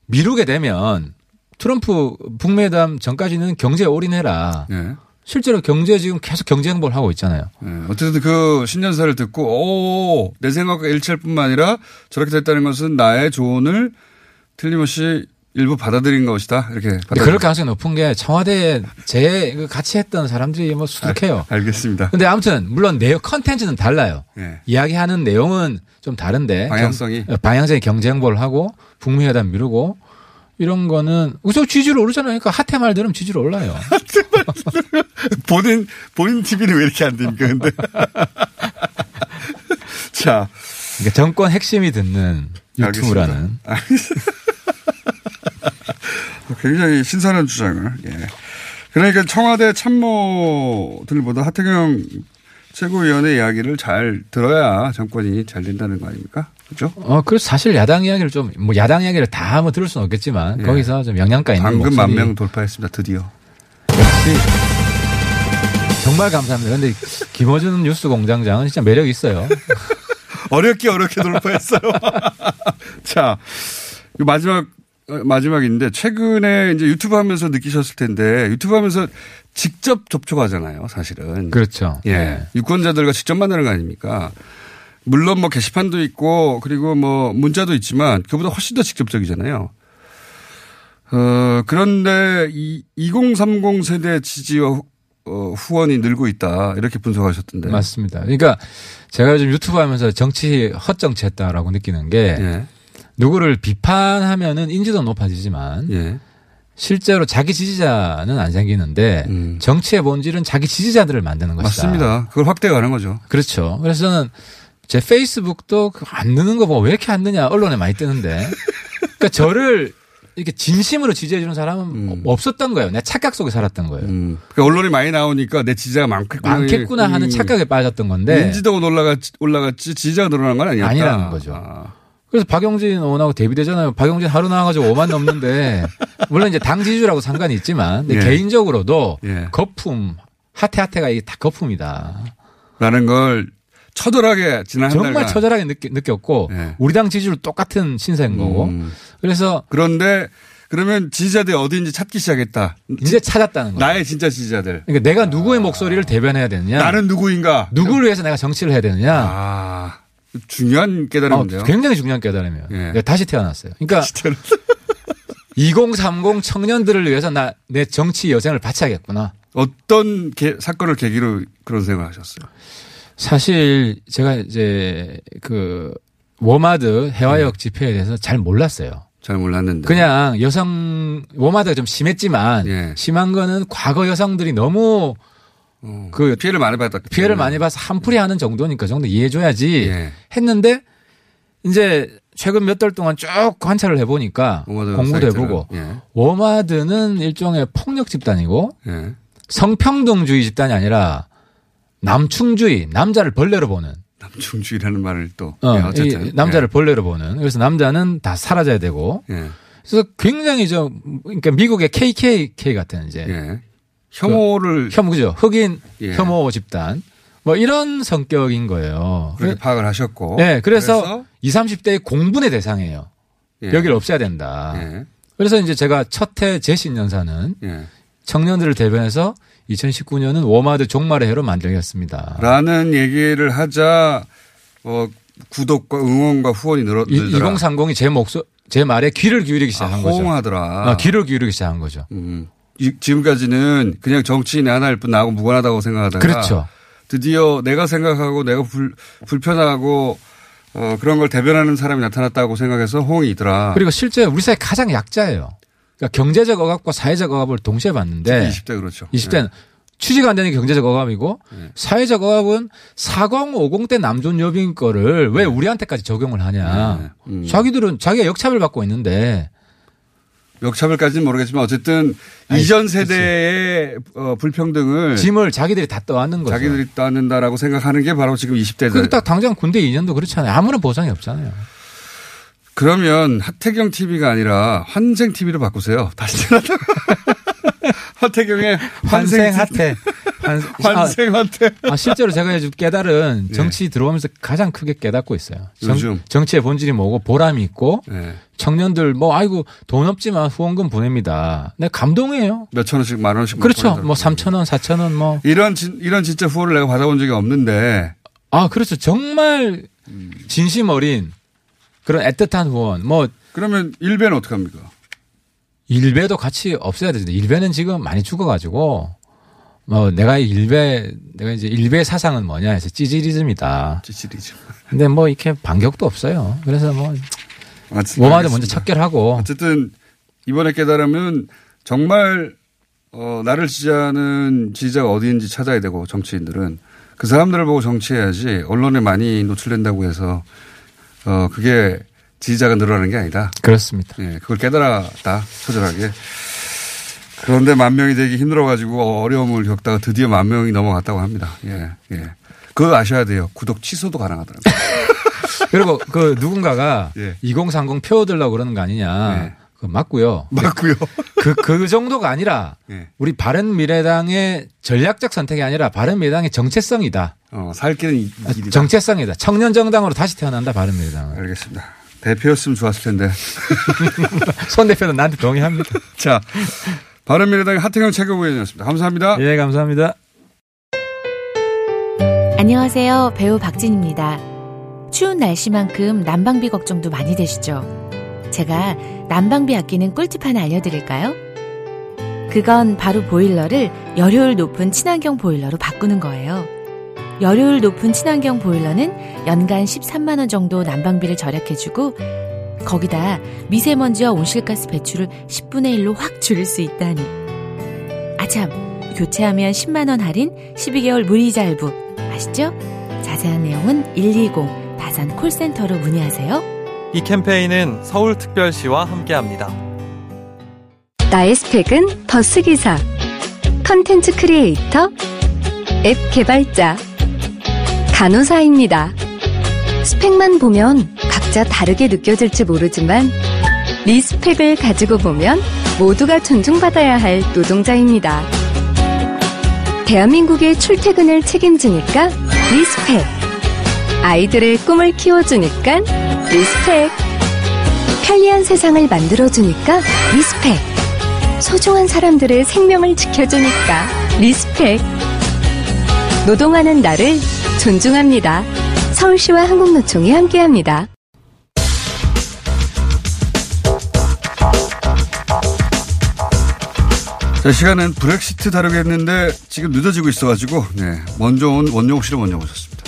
Speaker 8: 미루게 되면 트럼프 북미회담 전까지는 경제에 올인해라.
Speaker 7: 예.
Speaker 8: 실제로 경제 지금 계속 경제 행보를 하고 있잖아요.
Speaker 7: 예, 어쨌든 그 신년사를 듣고 오 내 생각과 일치할 뿐만 아니라 저렇게 됐다는 것은 나의 조언을 틀림없이 일부 받아들인 것이다 이렇게
Speaker 8: 근데 그럴
Speaker 7: 받아들인-
Speaker 8: 가능성이 높은 게 청와대에 제 그 같이 했던 사람들이 뭐
Speaker 7: 아.
Speaker 8: 수두해요.
Speaker 7: 알겠습니다.
Speaker 8: 근데 아무튼 물론 내용 컨텐츠는 달라요.
Speaker 7: 예.
Speaker 8: 이야기하는 내용은 좀 다른데
Speaker 7: 방향성이.
Speaker 8: 경- 방향적인 경제 행보를 하고 북미 회담 미루고 이런 거는 우선 지지율 오르잖아요. 그러니까 하태 말 들으면 지지율 올라요.
Speaker 7: [LAUGHS] 본인 본인 TV는 왜 이렇게 안 됩니까? [LAUGHS] 근데 자
Speaker 8: 그러니까 정권 핵심이 듣는 유튜브라는
Speaker 7: 굉장히 신선한 주장을. 예. 그러니까 청와대 참모들보다 하태경 최고위원의 이야기를 잘 들어야 정권이 잘 된다는 거 아닙니까? 그렇죠?
Speaker 8: 어 그래서 사실 야당 이야기를 좀 뭐 야당 이야기를 다 한번 들을 수는 없겠지만
Speaker 7: 예.
Speaker 8: 거기서 좀 영양가 있는
Speaker 7: 방금
Speaker 8: 목소리.
Speaker 7: 만 명 돌파했습니다. 드디어.
Speaker 8: 정말 감사합니다. 근데 김어준 뉴스 공장장은 진짜 매력 이 있어요.
Speaker 7: 어렵게 어렵게 돌파했어요. [LAUGHS] 자, 이 마지막 어, 마지막인데 최근에 이제 유튜브 하면서 느끼셨을 텐데 유튜브 하면서 직접 접촉하잖아요, 사실은.
Speaker 8: 그렇죠.
Speaker 7: 예. 유권자들과 직접 만나는 거 아닙니까? 물론 뭐 게시판도 있고 그리고 뭐 문자도 있지만 그보다 훨씬 더 직접적이잖아요. 어, 그런데 이 2030 세대 지지와 후- 어, 후원이 늘고 있다. 이렇게 분석하셨던데.
Speaker 8: 맞습니다. 그러니까 제가 요즘 유튜브 하면서 정치 헛정치했다라고 느끼는 게
Speaker 7: 예.
Speaker 8: 누구를 비판하면은 인지도 높아지지만
Speaker 7: 예.
Speaker 8: 실제로 자기 지지자는 안 생기는데
Speaker 7: 음.
Speaker 8: 정치의 본질은 자기 지지자들을 만드는 것이다.
Speaker 7: 맞습니다. 그걸 확대해 가는 거죠.
Speaker 8: 그렇죠. 그래서 저는 제 페이스북도 그안 느는 거 보고 왜 이렇게 안 느냐 언론에 많이 뜨는데 그러니까 저를 이렇게 진심으로 지지해 주는 사람은 없었던 거예요. 내가 착각 속에 살았던 거예요.
Speaker 7: 음. 그러니까 언론이 많이 나오니까 내 지지자가 많겠구나.
Speaker 8: 네. 많겠구나 하는
Speaker 7: 음.
Speaker 8: 착각에 빠졌던 건데
Speaker 7: 인지도가 올라갔지, 올라갔지 지지자가 늘어난 건 아니었다.
Speaker 8: 아니라는 거죠.
Speaker 7: 아.
Speaker 8: 그래서 박영진 의원하고 데뷔되잖아요. 박영진 하루 나와가지고 5만
Speaker 7: [LAUGHS]
Speaker 8: 넘는데 물론 이제 당 지지율하고 상관이 있지만 근데
Speaker 7: 예.
Speaker 8: 개인적으로도
Speaker 7: 예.
Speaker 8: 거품 하태 하태가 이게 다 거품이다.
Speaker 7: 라는 걸 처절하게 지난 한
Speaker 8: 정말
Speaker 7: 달간.
Speaker 8: 처절하게 느꼈, 고
Speaker 7: 예.
Speaker 8: 우리 당 지지율 똑같은 신세인 거고
Speaker 7: 음.
Speaker 8: 그래서
Speaker 7: 그런데 그러면 지지자들이 어디인지 찾기 시작했다.
Speaker 8: 이제 찾았다는 거예요.
Speaker 7: 나의 진짜 지지자들.
Speaker 8: 그러니까 내가 누구의 목소리를 대변해야 되느냐,
Speaker 7: 나는 누구인가?
Speaker 8: 누구를 위해서 내가 정치를 해야 되느냐.
Speaker 7: 아, 중요한
Speaker 8: 어,
Speaker 7: 깨달음인데요.
Speaker 8: 굉장히 중요한 깨달음이에요.
Speaker 7: 예. [LAUGHS]
Speaker 8: 내가 다시 태어났어요. 그러니까 2030 청년들을 위해서 나 내 정치 여생을 바쳐야겠구나.
Speaker 7: 어떤 개- 사건을 계기로 그런 생각을 하셨어요?
Speaker 8: 사실 제가 이제 그 워마드
Speaker 7: 네.
Speaker 8: 해화역 집회에 대해서 잘 몰랐어요.
Speaker 7: 잘 몰랐는데.
Speaker 8: 그냥 여성 워마드가 좀 심했지만
Speaker 7: 예.
Speaker 8: 심한 거는 과거 여성들이 너무
Speaker 7: 어,
Speaker 8: 그
Speaker 7: 피해를 많이 받았기
Speaker 8: 피해를
Speaker 7: 때문에.
Speaker 8: 많이 봐서 한풀이하는 정도니까 그 정도 이해해줘야지
Speaker 7: 예.
Speaker 8: 했는데 이제 최근 몇 달 동안 쭉 관찰을 해보니까
Speaker 7: 워마드
Speaker 8: 공부도
Speaker 7: 사이트는.
Speaker 8: 해보고
Speaker 7: 예.
Speaker 8: 워마드는 일종의 폭력 집단이고
Speaker 7: 예.
Speaker 8: 성평등주의 집단이 아니라 남충주의 남자를 벌레로 보는
Speaker 7: 남중주의라는 말을 또.
Speaker 8: 어,
Speaker 7: 예,
Speaker 8: 이
Speaker 7: 어쨌든.
Speaker 8: 남자를 벌레로 보는 그래서 남자는 다 사라져야 되고
Speaker 7: 예. 예.
Speaker 8: 그래서 굉장히 저 그러니까 미국의 KKK 같은 이제
Speaker 7: 예. 혐오를
Speaker 8: 그 혐오죠 흑인
Speaker 7: 예.
Speaker 8: 혐오 집단 뭐 이런 성격인 거예요.
Speaker 7: 그렇게 파악을 하셨고.
Speaker 8: 네, 그래서, 이 20, 30대의 공분의 대상이에요.
Speaker 7: 예.
Speaker 8: 여기를 없애야 된다.
Speaker 7: 예.
Speaker 8: 그래서 이제 제가 첫해 재신년사는
Speaker 7: 예.
Speaker 8: 청년들을 대변해서 2019년은 워마드 종말의 해로 만들겠습니다.
Speaker 7: 라는 얘기를 하자 어, 구독과 응원과 후원이 늘어
Speaker 8: 이-
Speaker 7: 늘더라.
Speaker 8: 2030이 제 목소 제 말에 귀를 기울이기
Speaker 7: 아,
Speaker 8: 시작한 거죠.
Speaker 7: 호응하더라.
Speaker 8: 아, 귀를 기울이기 시작한 거죠.
Speaker 7: 음. 이- 지금까지는 그냥 정치인 하나일 뿐 나하고 무관하다고 생각하다가
Speaker 8: 그렇죠.
Speaker 7: 드디어 내가 생각하고 내가 불, 불편하고 어, 그런 걸 대변하는 사람이 나타났다고 생각해서 호응이 있더라.
Speaker 8: 아. 그리고 실제 우리 사회 가장 약자예요. 그러니까 경제적 억압과 사회적 억압을 동시에 봤는데
Speaker 7: 20대 그렇죠.
Speaker 8: 20대는 취직 안 되는 게 경제적 억압이고
Speaker 7: 네.
Speaker 8: 사회적 억압은 40, 50대 남존 여비인 거를 왜 우리한테까지 적용을 하냐.
Speaker 7: 네. 음.
Speaker 8: 자기들은 자기가 역차별 받고 있는데
Speaker 7: 예. 역차별까지는 모르겠지만 어쨌든
Speaker 8: 아니,
Speaker 7: 이전 세대의 어, 불평등을
Speaker 8: 짐을 자기들이 다 떠안는 거죠.
Speaker 7: 자기들이 따는다라고 생각하는 게 바로 지금 20대들.
Speaker 8: 그리고 딱 당장 군대 2년도 그렇잖아요. 아무런 보상이 없잖아요.
Speaker 7: 그러면 하태경 TV가 아니라 환생 TV로 바꾸세요. 다시 태어났다가. [LAUGHS] 하태경의 환생,
Speaker 8: 환생하태. 환생.
Speaker 7: 환생 하태.
Speaker 8: 아, 실제로 제가 요즘 깨달은 정치 들어오면서 가장 크게 깨닫고 있어요.
Speaker 7: 요즘.
Speaker 8: 정치의 본질이 뭐고 보람이 있고
Speaker 7: 네.
Speaker 8: 청년들 뭐 아이고 돈 없지만 후원금 보냅니다. 내 감동이에요.
Speaker 7: 몇천 원씩 만 원씩.
Speaker 8: 그렇죠.
Speaker 7: 보내더라고요.
Speaker 8: 뭐 3천 원, 4천 원 뭐.
Speaker 7: 이런 진, 이런 진짜 후원을 내가 받아본 적이 없는데
Speaker 8: 아, 그렇죠. 정말 진심 어린 그런 애틋한 후원. 뭐
Speaker 7: 그러면 일배는 어떻게 합니까?
Speaker 8: 일배도 같이 없애야 되는데 일배는 지금 많이 죽어가지고 뭐 내가 일배 내가 이제 일배 사상은 뭐냐 해서 찌질이즘이다.
Speaker 7: 지질이죠.
Speaker 8: 근데 뭐 이렇게 반격도 없어요. 그래서 뭐
Speaker 7: 아무튼
Speaker 8: 워마드
Speaker 7: 알겠습니다.
Speaker 8: 먼저 척결하고
Speaker 7: 어쨌든 이번에 깨달으면 정말 어, 나를 지지하는 지지자가 어디인지 찾아야 되고 정치인들은 그 사람들을 보고 정치해야지 언론에 많이 노출된다고 해서 어, 그게 지지자가 늘어나는 게 아니다.
Speaker 8: 그렇습니다.
Speaker 7: 예, 그걸 깨달았다 처절하게. 그런데 만 명이 되기 힘들어가지고 어려움을 겪다가 드디어 만 명이 넘어갔다고 합니다. 예, 예. 그거 아셔야 돼요. 구독 취소도 가능하더라고요.
Speaker 8: 그리고 그 누군가가
Speaker 7: [LAUGHS] 예.
Speaker 8: 2030 표어들라고 그러는 거 아니냐.
Speaker 7: 예.
Speaker 8: 그거 [LAUGHS] 맞고요.
Speaker 7: 맞고요.
Speaker 8: 그, 그 정도가 아니라
Speaker 7: 예.
Speaker 8: 우리 바른미래당의 전략적 선택이 아니라 바른미래당의 정체성이다.
Speaker 7: 어, 살 길은 이- 이 길이다.
Speaker 8: 정체성이다. 청년정당으로 다시 태어난다, 바른미래당은.
Speaker 7: 알겠습니다. 대표였으면 좋았을 텐데.
Speaker 8: 손 대표도 나한테 동의합니다.
Speaker 7: 자, 바른미래당의 하태경 최고위원이었습니다. 감사합니다.
Speaker 8: [LAUGHS] 예, 감사합니다.
Speaker 9: 안녕하세요. 배우 박진입니다. 추운 날씨만큼 난방비 걱정도 많이 되시죠? 제가 난방비 아끼는 꿀팁 하나 알려드릴까요? 그건 바로 보일러를 열효율 높은 친환경 보일러로 바꾸는 거예요. 열효율 높은 친환경 보일러는 연간 13만원 정도 난방비를 절약해주고, 거기다 미세먼지와 온실가스 배출을 10분의 1로 확 줄일 수 있다니. 아참, 교체하면 10만원 할인, 12개월 무이자 할부. 아시죠? 자세한 내용은 120 다산 콜센터로 문의하세요.
Speaker 10: 이 캠페인은 서울특별시와 함께합니다.
Speaker 2: 나의 스펙은 버스기사, 컨텐츠 크리에이터, 앱 개발자, 간호사입니다. 스펙만 보면 각자 다르게 느껴질지 모르지만, 리스펙을 가지고 보면 모두가 존중받아야 할 노동자입니다. 대한민국의 출퇴근을 책임지니까 리스펙. 아이들의 꿈을 키워주니까 리스펙. 편리한 세상을 만들어주니까 리스펙. 소중한 사람들의 생명을 지켜주니까 리스펙. 노동하는 나를 존중합니다. 서울시와 한국노총이 함께합니다.
Speaker 7: 자, 시간은 브렉시트 다루겠는데 지금 늦어지고 있어가지고, 네. 먼저 온 원용욱 씨를 먼저 모셨습니다.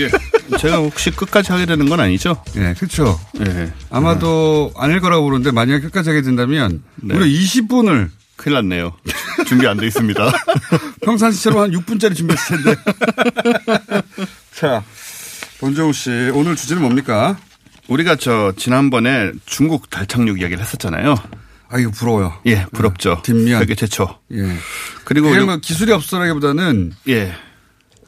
Speaker 3: 예. 제가 혹시 끝까지 하게 되는 건 아니죠?
Speaker 7: 예, 그렇죠.
Speaker 3: 어. 예. 네.
Speaker 7: 아마도 아닐 거라고 보는데 만약에 끝까지 하게 된다면 무려 20분을
Speaker 3: 큰일 났네요. [LAUGHS] 준비 안 돼 있습니다.
Speaker 7: 평상시처럼 한 6분짜리
Speaker 3: [LAUGHS]
Speaker 7: 준비했을 텐데. 자, 원종욱 씨, 오늘 주제는 뭡니까?
Speaker 3: 우리가 저 지난번에 중국 달착륙 이야기를 했었잖아요.
Speaker 7: 아, 이거 부러워요.
Speaker 3: 예, 부럽죠.
Speaker 7: 뒷면.
Speaker 3: 세계 최초.
Speaker 7: 예.
Speaker 3: 그리고
Speaker 7: 이게
Speaker 3: 우리-
Speaker 7: 뭐 기술이 없어라기보다는
Speaker 3: 예.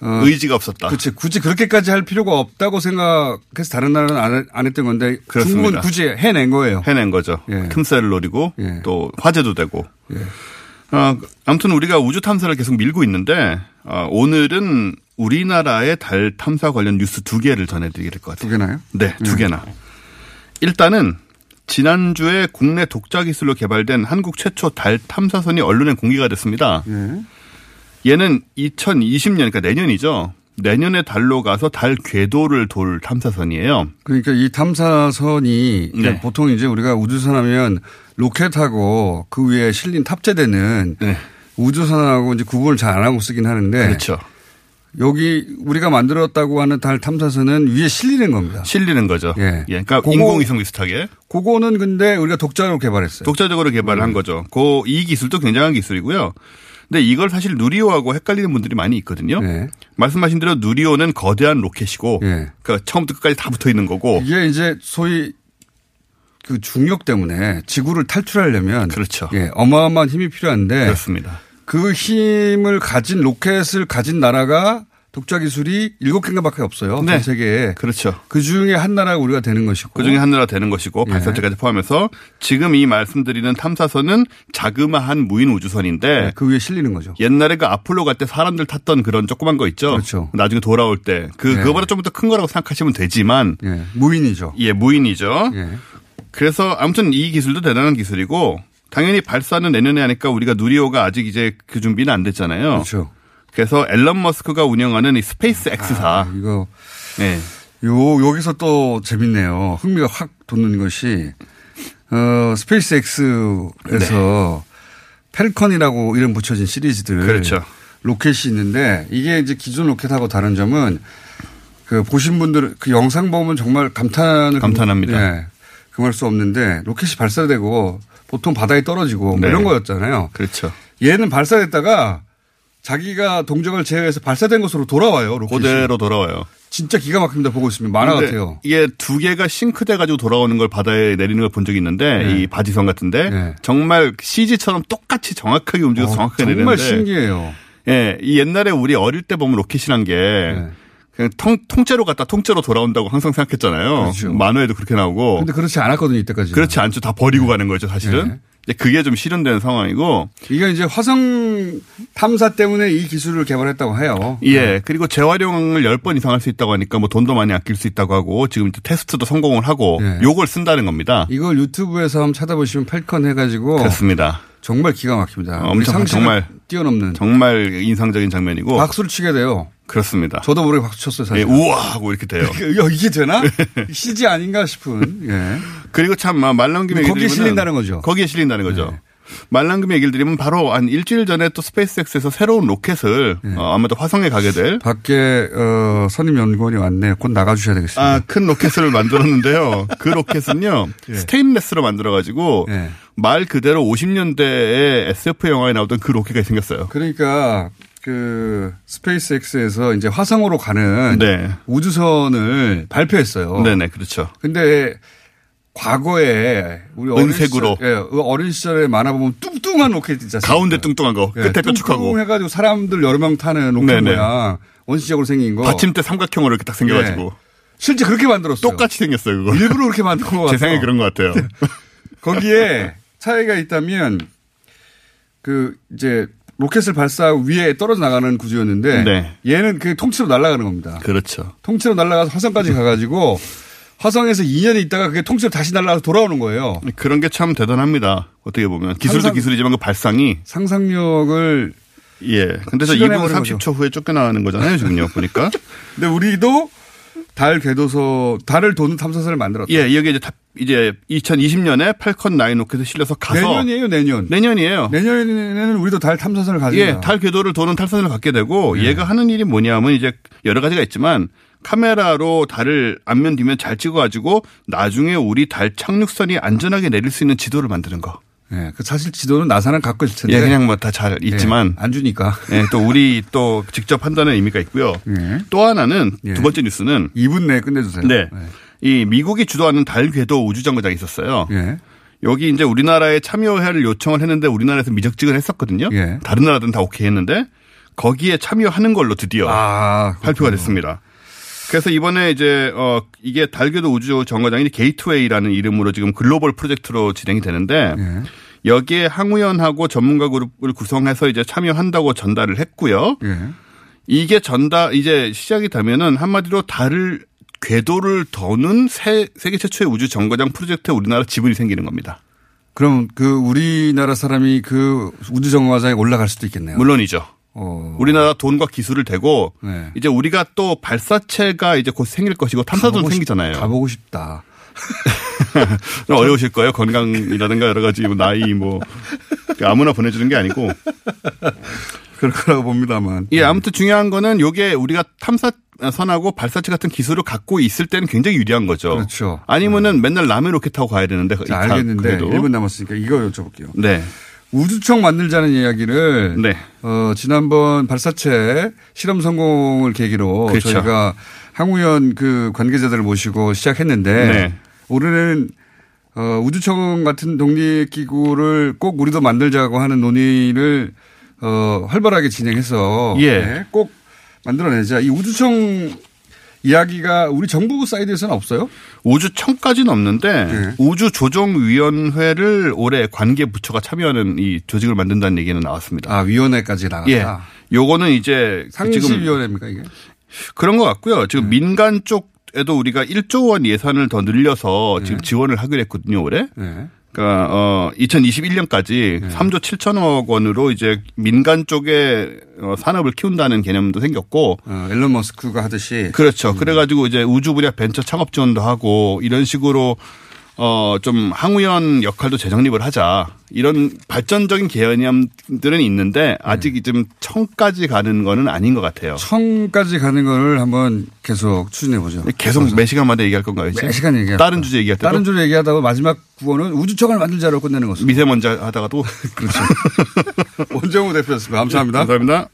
Speaker 3: 의지가 없었다.
Speaker 7: 그치. 굳이 그렇게까지 할 필요가 없다고 생각해서 다른 나라는 안, 했- 안 했던 건데
Speaker 3: 그렇습니다.
Speaker 7: 중국은 굳이 해낸 거예요. 예.
Speaker 3: 해낸 거죠. 틈새를 노리고 또 화제도 되고. 어, 아무튼 우리가 우주 탐사를 계속 밀고 있는데 어, 오늘은 우리나라의 달 탐사 관련 뉴스 두 개를 전해드리게 될 것 같아요.
Speaker 7: 두 개나요?
Speaker 3: 네, 두 개나. 일단은 지난주에 국내 독자 기술로 개발된 한국 최초 달 탐사선이 언론에 공개가 됐습니다. 얘는 2020년, 그러니까 내년이죠. 내년에 달로 가서 달 궤도를 돌 탐사선이에요.
Speaker 7: 그러니까 이 탐사선이 그냥
Speaker 3: 네.
Speaker 7: 보통 이제 우리가 우주선 하면 로켓하고 그 위에 실린 탑재되는 우주선하고 이제 구분을 잘 안 하고 쓰긴 하는데
Speaker 3: 네. 그렇죠.
Speaker 7: 여기 우리가 만들었다고 하는 달 탐사선은 위에 실리는 겁니다.
Speaker 3: 실리는 거죠.
Speaker 7: 예.
Speaker 3: 예, 그러니까
Speaker 7: 그거-
Speaker 3: 인공위성 비슷하게.
Speaker 7: 그거는 근데 우리가 독자로 개발했어요. 음.
Speaker 3: 독자적으로 개발한 거죠. 그 이 기술도 굉장한 기술이고요. 근데 이걸 사실 누리호하고 헷갈리는 분들이 많이 있거든요.
Speaker 7: 네.
Speaker 3: 말씀하신 대로 누리호는 거대한 로켓이고, 그러니까 처음부터 끝까지 다 붙어 있는 거고.
Speaker 7: 예. 이게 이제 소위 그 중력 때문에 지구를 탈출하려면 그렇죠. 예, 어마어마한 힘이 필요한데
Speaker 3: 그렇습니다.
Speaker 7: 그 힘을 가진 로켓을 가진 나라가 독자 기술이 일곱 개인가밖에 없어요.
Speaker 3: 네.
Speaker 7: 전 세계에.
Speaker 3: 그렇죠.
Speaker 7: 그 중에 한 나라가 우리가 되는 것이고.
Speaker 3: 그 중에 하나가 되는 것이고
Speaker 7: 예.
Speaker 3: 발사체까지 포함해서 지금 이 말씀드리는 탐사선은 자그마한 무인 우주선인데
Speaker 7: 그 위에 실리는 거죠.
Speaker 3: 옛날에 그 아폴로 갈 때 사람들 탔던 그런 조그만 거 있죠. 그렇죠. 나중에 돌아올 때 그
Speaker 7: 예.
Speaker 3: 그거보다 좀 더 큰 거라고 생각하시면 되지만
Speaker 7: 무인이죠.
Speaker 3: 예, 무인이죠. 그래서 아무튼 이 기술도 대단한 기술이고 당연히 발사는 내년에 하니까 우리가 누리호가 아직 이제 그 준비는 안 됐잖아요.
Speaker 7: 그렇죠.
Speaker 3: 래서 앨런 머스크가 운영하는 이 스페이스 X사
Speaker 7: 이거
Speaker 3: 예.
Speaker 7: 요 여기서 또 재밌네요. 흥미가 확 돋는 것이 어 스페이스X에서 펠컨이라고 이름 붙여진 시리즈들
Speaker 3: 네. 그렇죠.
Speaker 7: 로켓이 있는데 이게 이제 기존 로켓하고 다른 점은 그 보신 분들 그 영상 보면 정말 감탄을
Speaker 3: 감탄합니다.
Speaker 7: 예, 금할 수 없는데 로켓이 발사되고 보통 바다에 떨어지고 뭐
Speaker 3: 네.
Speaker 7: 이런 거였잖아요.
Speaker 3: 그렇죠.
Speaker 7: 얘는 발사됐다가 자기가 동작을 제외해서 발사된 것으로 돌아와요. 로켓이.
Speaker 3: 그대로 돌아와요.
Speaker 7: 진짜 기가 막힙니다. 보고 있으면 만화
Speaker 3: 근데
Speaker 7: 같아요.
Speaker 3: 이게 두 개가 싱크돼 가지고 돌아오는 걸 바다에 내리는 걸 본 적이 있는데
Speaker 7: 네. 어,
Speaker 3: 이 바지선 같은데 정말 CG처럼 똑같이 정확하게 움직여서 정확하게
Speaker 7: 정말
Speaker 3: 내리는데
Speaker 7: 신기해요.
Speaker 3: 예, 이 옛날에 우리 어릴 때 보면 로켓이란 게
Speaker 7: 네.
Speaker 3: 그냥 통, 통째로 갔다 통째로 돌아온다고 항상 생각했잖아요. 만화에도 그렇게 나오고.
Speaker 7: 근데 그렇지 않았거든요, 이때까지.
Speaker 3: 뭐. 그렇지 않죠. 다 버리고 가는 거죠, 사실은.
Speaker 7: 네.
Speaker 3: 이제 그게 좀 실현되는 상황이고.
Speaker 7: 이게 이제 화성 탐사 때문에 이 기술을 개발했다고 해요.
Speaker 3: 예. 그리고 재활용을 10번 이상 할 수 있다고 하니까 뭐 돈도 많이 아낄 수 있다고 하고 지금 이제 테스트도 성공을 하고 요걸 쓴다는 겁니다.
Speaker 7: 네. 이걸 유튜브에서 한번 찾아보시면 펠컨 해가지고
Speaker 3: 어. 그렇습니다.
Speaker 7: 정말 기가 막힙니다.
Speaker 3: 어,
Speaker 7: 우리
Speaker 3: 엄청
Speaker 7: 상식을
Speaker 3: 정말
Speaker 7: 뛰어넘는
Speaker 3: 정말 인상적인 장면이고
Speaker 7: 박수를 치게 돼요.
Speaker 3: 그렇습니다.
Speaker 7: 저도 모르게 박수 쳤어요,
Speaker 3: 예,
Speaker 7: 사실.
Speaker 3: 우와 하고 이렇게 [LAUGHS] 돼요.
Speaker 7: 야, [LAUGHS] 이게 되나? CG 아닌가 싶은. 예.
Speaker 3: 그리고 참 아, 말 나온 김에
Speaker 7: 거기에
Speaker 3: 얘기 드리면은
Speaker 7: 실린다는 거죠.
Speaker 3: 거기에 실린다는 거죠. 말 나온 김에 얘기를 드리면 바로 한 일주일 전에 또 스페이스X에서 새로운 로켓을 어, 아마도 화성에 가게 될
Speaker 7: 밖에 어, 선임 연구원이 왔네. 곧 나가주셔야 되겠습니다.
Speaker 3: 아, 큰 로켓을 만들었는데요. 그 로켓은요.
Speaker 7: 예.
Speaker 3: 스테인레스로 만들어 가지고 말 그대로 50년대에 SF 영화에 나오던 그 로켓이 생겼어요.
Speaker 7: 그러니까 그 스페이스X에서 이제 화성으로 가는
Speaker 3: 네.
Speaker 7: 우주선을 발표했어요.
Speaker 3: 네네, 그렇죠.
Speaker 7: 근데 과거에 우리 어린
Speaker 3: 은색으로.
Speaker 7: 시절- 예, 어린 시절에 만화 보면 뚱뚱한 로켓 있잖아요.
Speaker 3: 가운데 뚱뚱한 거, 끝에 뾰족하고.
Speaker 7: 해가지고 사람들 여러 명 타는 로켓
Speaker 3: 네네.
Speaker 7: 모양 원시적으로 생긴 거. 예.
Speaker 3: 받침대 삼각형으로 이렇게 딱 생겨가지고.
Speaker 7: 실제 그렇게 만들었어요.
Speaker 3: 똑같이 생겼어요, 그거.
Speaker 7: 일부러 그렇게 만든 것 같아요.
Speaker 3: [LAUGHS]
Speaker 7: 네.
Speaker 3: 제 생각에 그런 것 같아요.
Speaker 7: 거기에 차이가 있다면 그 이제 로켓을 발사하고 위에 떨어져 나가는 구조였는데
Speaker 3: 네.
Speaker 7: 얘는 그 통째로 날아가는 겁니다.
Speaker 3: 그렇죠.
Speaker 7: 통째로 날아가서 화성까지 가가지고 화성에서 2년 있다가 그게 통째로 다시 날아가서 돌아오는 거예요.
Speaker 3: 그런 게 참 대단합니다. 어떻게 보면. 기술도
Speaker 7: 항상-
Speaker 3: 기술이지만 그 발상이.
Speaker 7: 상상력을
Speaker 3: 예. 근데 저 [LAUGHS]
Speaker 7: 실현해버린
Speaker 3: 2분 30초 후에 쫓겨나는 거잖아요, 지금요, 보니까.
Speaker 7: 근데 우리도
Speaker 3: 달 궤도소 달을 도는 탐사선을 만들었다.
Speaker 7: 예, 여기 이제 탑- 이제 2020년에 팔컨 9 로켓에 실려서 가서
Speaker 3: 내년이에요, 내년.
Speaker 7: 내년이에요.
Speaker 3: 내년에는 우리도 달 탐사선을 가진다. 네.
Speaker 7: 예, 달 궤도를 도는 탈선을 갖게 되고 얘가 하는 일이 뭐냐면 이제 여러 가지가 있지만 카메라로 달을 앞면 뒤면 잘 찍어가지고 나중에 우리 달 착륙선이 안전하게 내릴 수 있는 지도를 만드는 거.
Speaker 3: 예, 그 사실 지도는 나사는 갖고 있을 텐데.
Speaker 7: 예, 그냥 뭐 다 잘 있지만
Speaker 3: 안 주니까.
Speaker 7: 예, 또 우리 또 직접 한다는 의미가 있고요.
Speaker 3: 예.
Speaker 7: 또 하나는 두 번째 뉴스는
Speaker 3: 2분 내에 끝내주세요.
Speaker 7: 네. 이 미국이 주도하는 달 궤도 우주정거장이 있었어요.
Speaker 3: 예.
Speaker 7: 여기 이제 우리나라에 참여를 요청을 했는데 우리나라에서 미적지근 했었거든요.
Speaker 3: 예.
Speaker 7: 다른 나라들은 다 오케이 했는데 거기에 참여하는 걸로 드디어
Speaker 3: 아,
Speaker 7: 발표가 됐습니다. 그래서 이번에 이제 어 이게 달궤도 우주 정거장이 게이트웨이라는 이름으로 지금 글로벌 프로젝트로 진행이 되는데
Speaker 3: 예.
Speaker 7: 여기에 항우연하고 전문가 그룹을 구성해서 이제 참여한다고 전달을 했고요. 이게 전다 이제 시작이 되면은 한마디로 달을 궤도를 더는 세, 세계 최초의 우주 정거장 프로젝트에 우리나라 지분이 생기는 겁니다.
Speaker 3: 그럼 그 우리나라 사람이 그 우주정거장에 올라갈 수도 있겠네요.
Speaker 7: 물론이죠.
Speaker 3: 어.
Speaker 7: 우리나라 돈과 기술을 대고
Speaker 3: 네.
Speaker 7: 이제 우리가 또 발사체가 이제 곧 생길 것이고 탐사도
Speaker 3: 가보고 싶-
Speaker 7: 생기잖아요.
Speaker 3: 가보고 싶다.
Speaker 7: [LAUGHS] 좀 어려우실 거예요. 건강이라든가 여러 가지 뭐 나이 뭐 아무나 보내주는 게 아니고
Speaker 3: 그럴 거라고 봅니다만.
Speaker 7: 예, 아무튼 중요한 거는 요게 우리가 탐사선하고 발사체 같은 기술을 갖고 있을 때는 굉장히 유리한 거죠.
Speaker 3: 그렇죠.
Speaker 7: 아니면은 맨날 남의 로켓 타고 가야 되는데
Speaker 3: 자,
Speaker 7: 다
Speaker 3: 알겠는데
Speaker 7: 그래도.
Speaker 3: 1분 남았으니까 이거 여쭤볼게요.
Speaker 7: 네.
Speaker 3: 우주청 만들자는 이야기를 어, 지난번 발사체 실험 성공을 계기로
Speaker 7: 그렇죠.
Speaker 3: 저희가 항우연 그 관계자들을 모시고 시작했는데
Speaker 7: 네.
Speaker 3: 올해는 어, 우주청 같은 독립기구를 꼭 우리도 만들자고 하는 논의를 어, 활발하게 진행해서
Speaker 7: 예.
Speaker 3: 네, 꼭 만들어내자. 이 우주청 이야기가 우리 정부 사이드에서는 없어요?
Speaker 7: 우주청까지는 없는데
Speaker 3: 예.
Speaker 7: 우주조정위원회를 올해 관계부처가 참여하는 이 조직을 만든다는 얘기는 나왔습니다.
Speaker 3: 아, 위원회까지 나갔다.
Speaker 7: 예. 요거는 이제 그
Speaker 3: 상시위원회입니까 이게? 예.
Speaker 7: 그런 것 같고요. 지금 민간 쪽에도 우리가 1조 원 예산을 더 늘려서 지금
Speaker 3: 예.
Speaker 7: 지원을 하기로 했거든요, 올해.
Speaker 3: 네.
Speaker 7: 그러니까 어 2021년까지
Speaker 3: 예.
Speaker 7: 3조 7천억 원으로 이제 민간 쪽에 어, 산업을 키운다는 개념도 생겼고
Speaker 3: 어, 앨런 머스크가 하듯이
Speaker 7: 그렇죠. 그래가지고 이제 우주 분야 벤처 창업 지원도 하고 이런 식으로 어 좀 항우연 역할도 재정립을 하자 이런 발전적인 개념들은 있는데 아직 지금 청까지 가는 거는 아닌 것 같아요.
Speaker 3: 네. 청까지 가는 거를 한번 계속 추진해 보죠.
Speaker 7: 계속 매 시간마다 얘기할 건가요? 이제?
Speaker 3: 매 시간 얘기할
Speaker 7: 다른
Speaker 3: 거야.
Speaker 7: 주제 얘기할 때도
Speaker 3: 다른 주로 얘기하다가 마지막 구호는 우주청을 만들자로 끝내는 것으로.
Speaker 7: 미세먼지 하다가도
Speaker 3: [LAUGHS]
Speaker 7: [LAUGHS]
Speaker 3: 그렇죠. 원정우 대표였습니다. 감사합니다.
Speaker 7: 네, 감사합니다.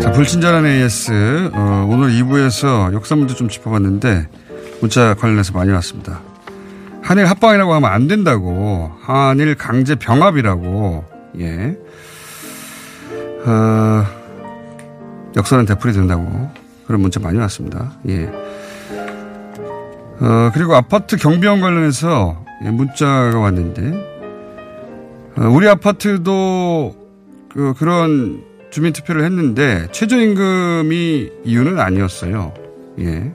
Speaker 3: 자, 불친절한 AS. 어, 오늘 2부에서 역사 문제 좀 짚어봤는데 문자 관련해서 많이 왔습니다. 한일 합방이라고 하면 안 된다고. 한일 강제 병합이라고. 예. 어, 역사는 되풀이 된다고. 그런 문자 많이 왔습니다. 예. 어, 그리고 아파트 경비원 관련해서 예, 문자가 왔는데, 어, 우리 아파트도 그, 그런 주민 투표를 했는데 최저임금이 이유는 아니었어요. 예.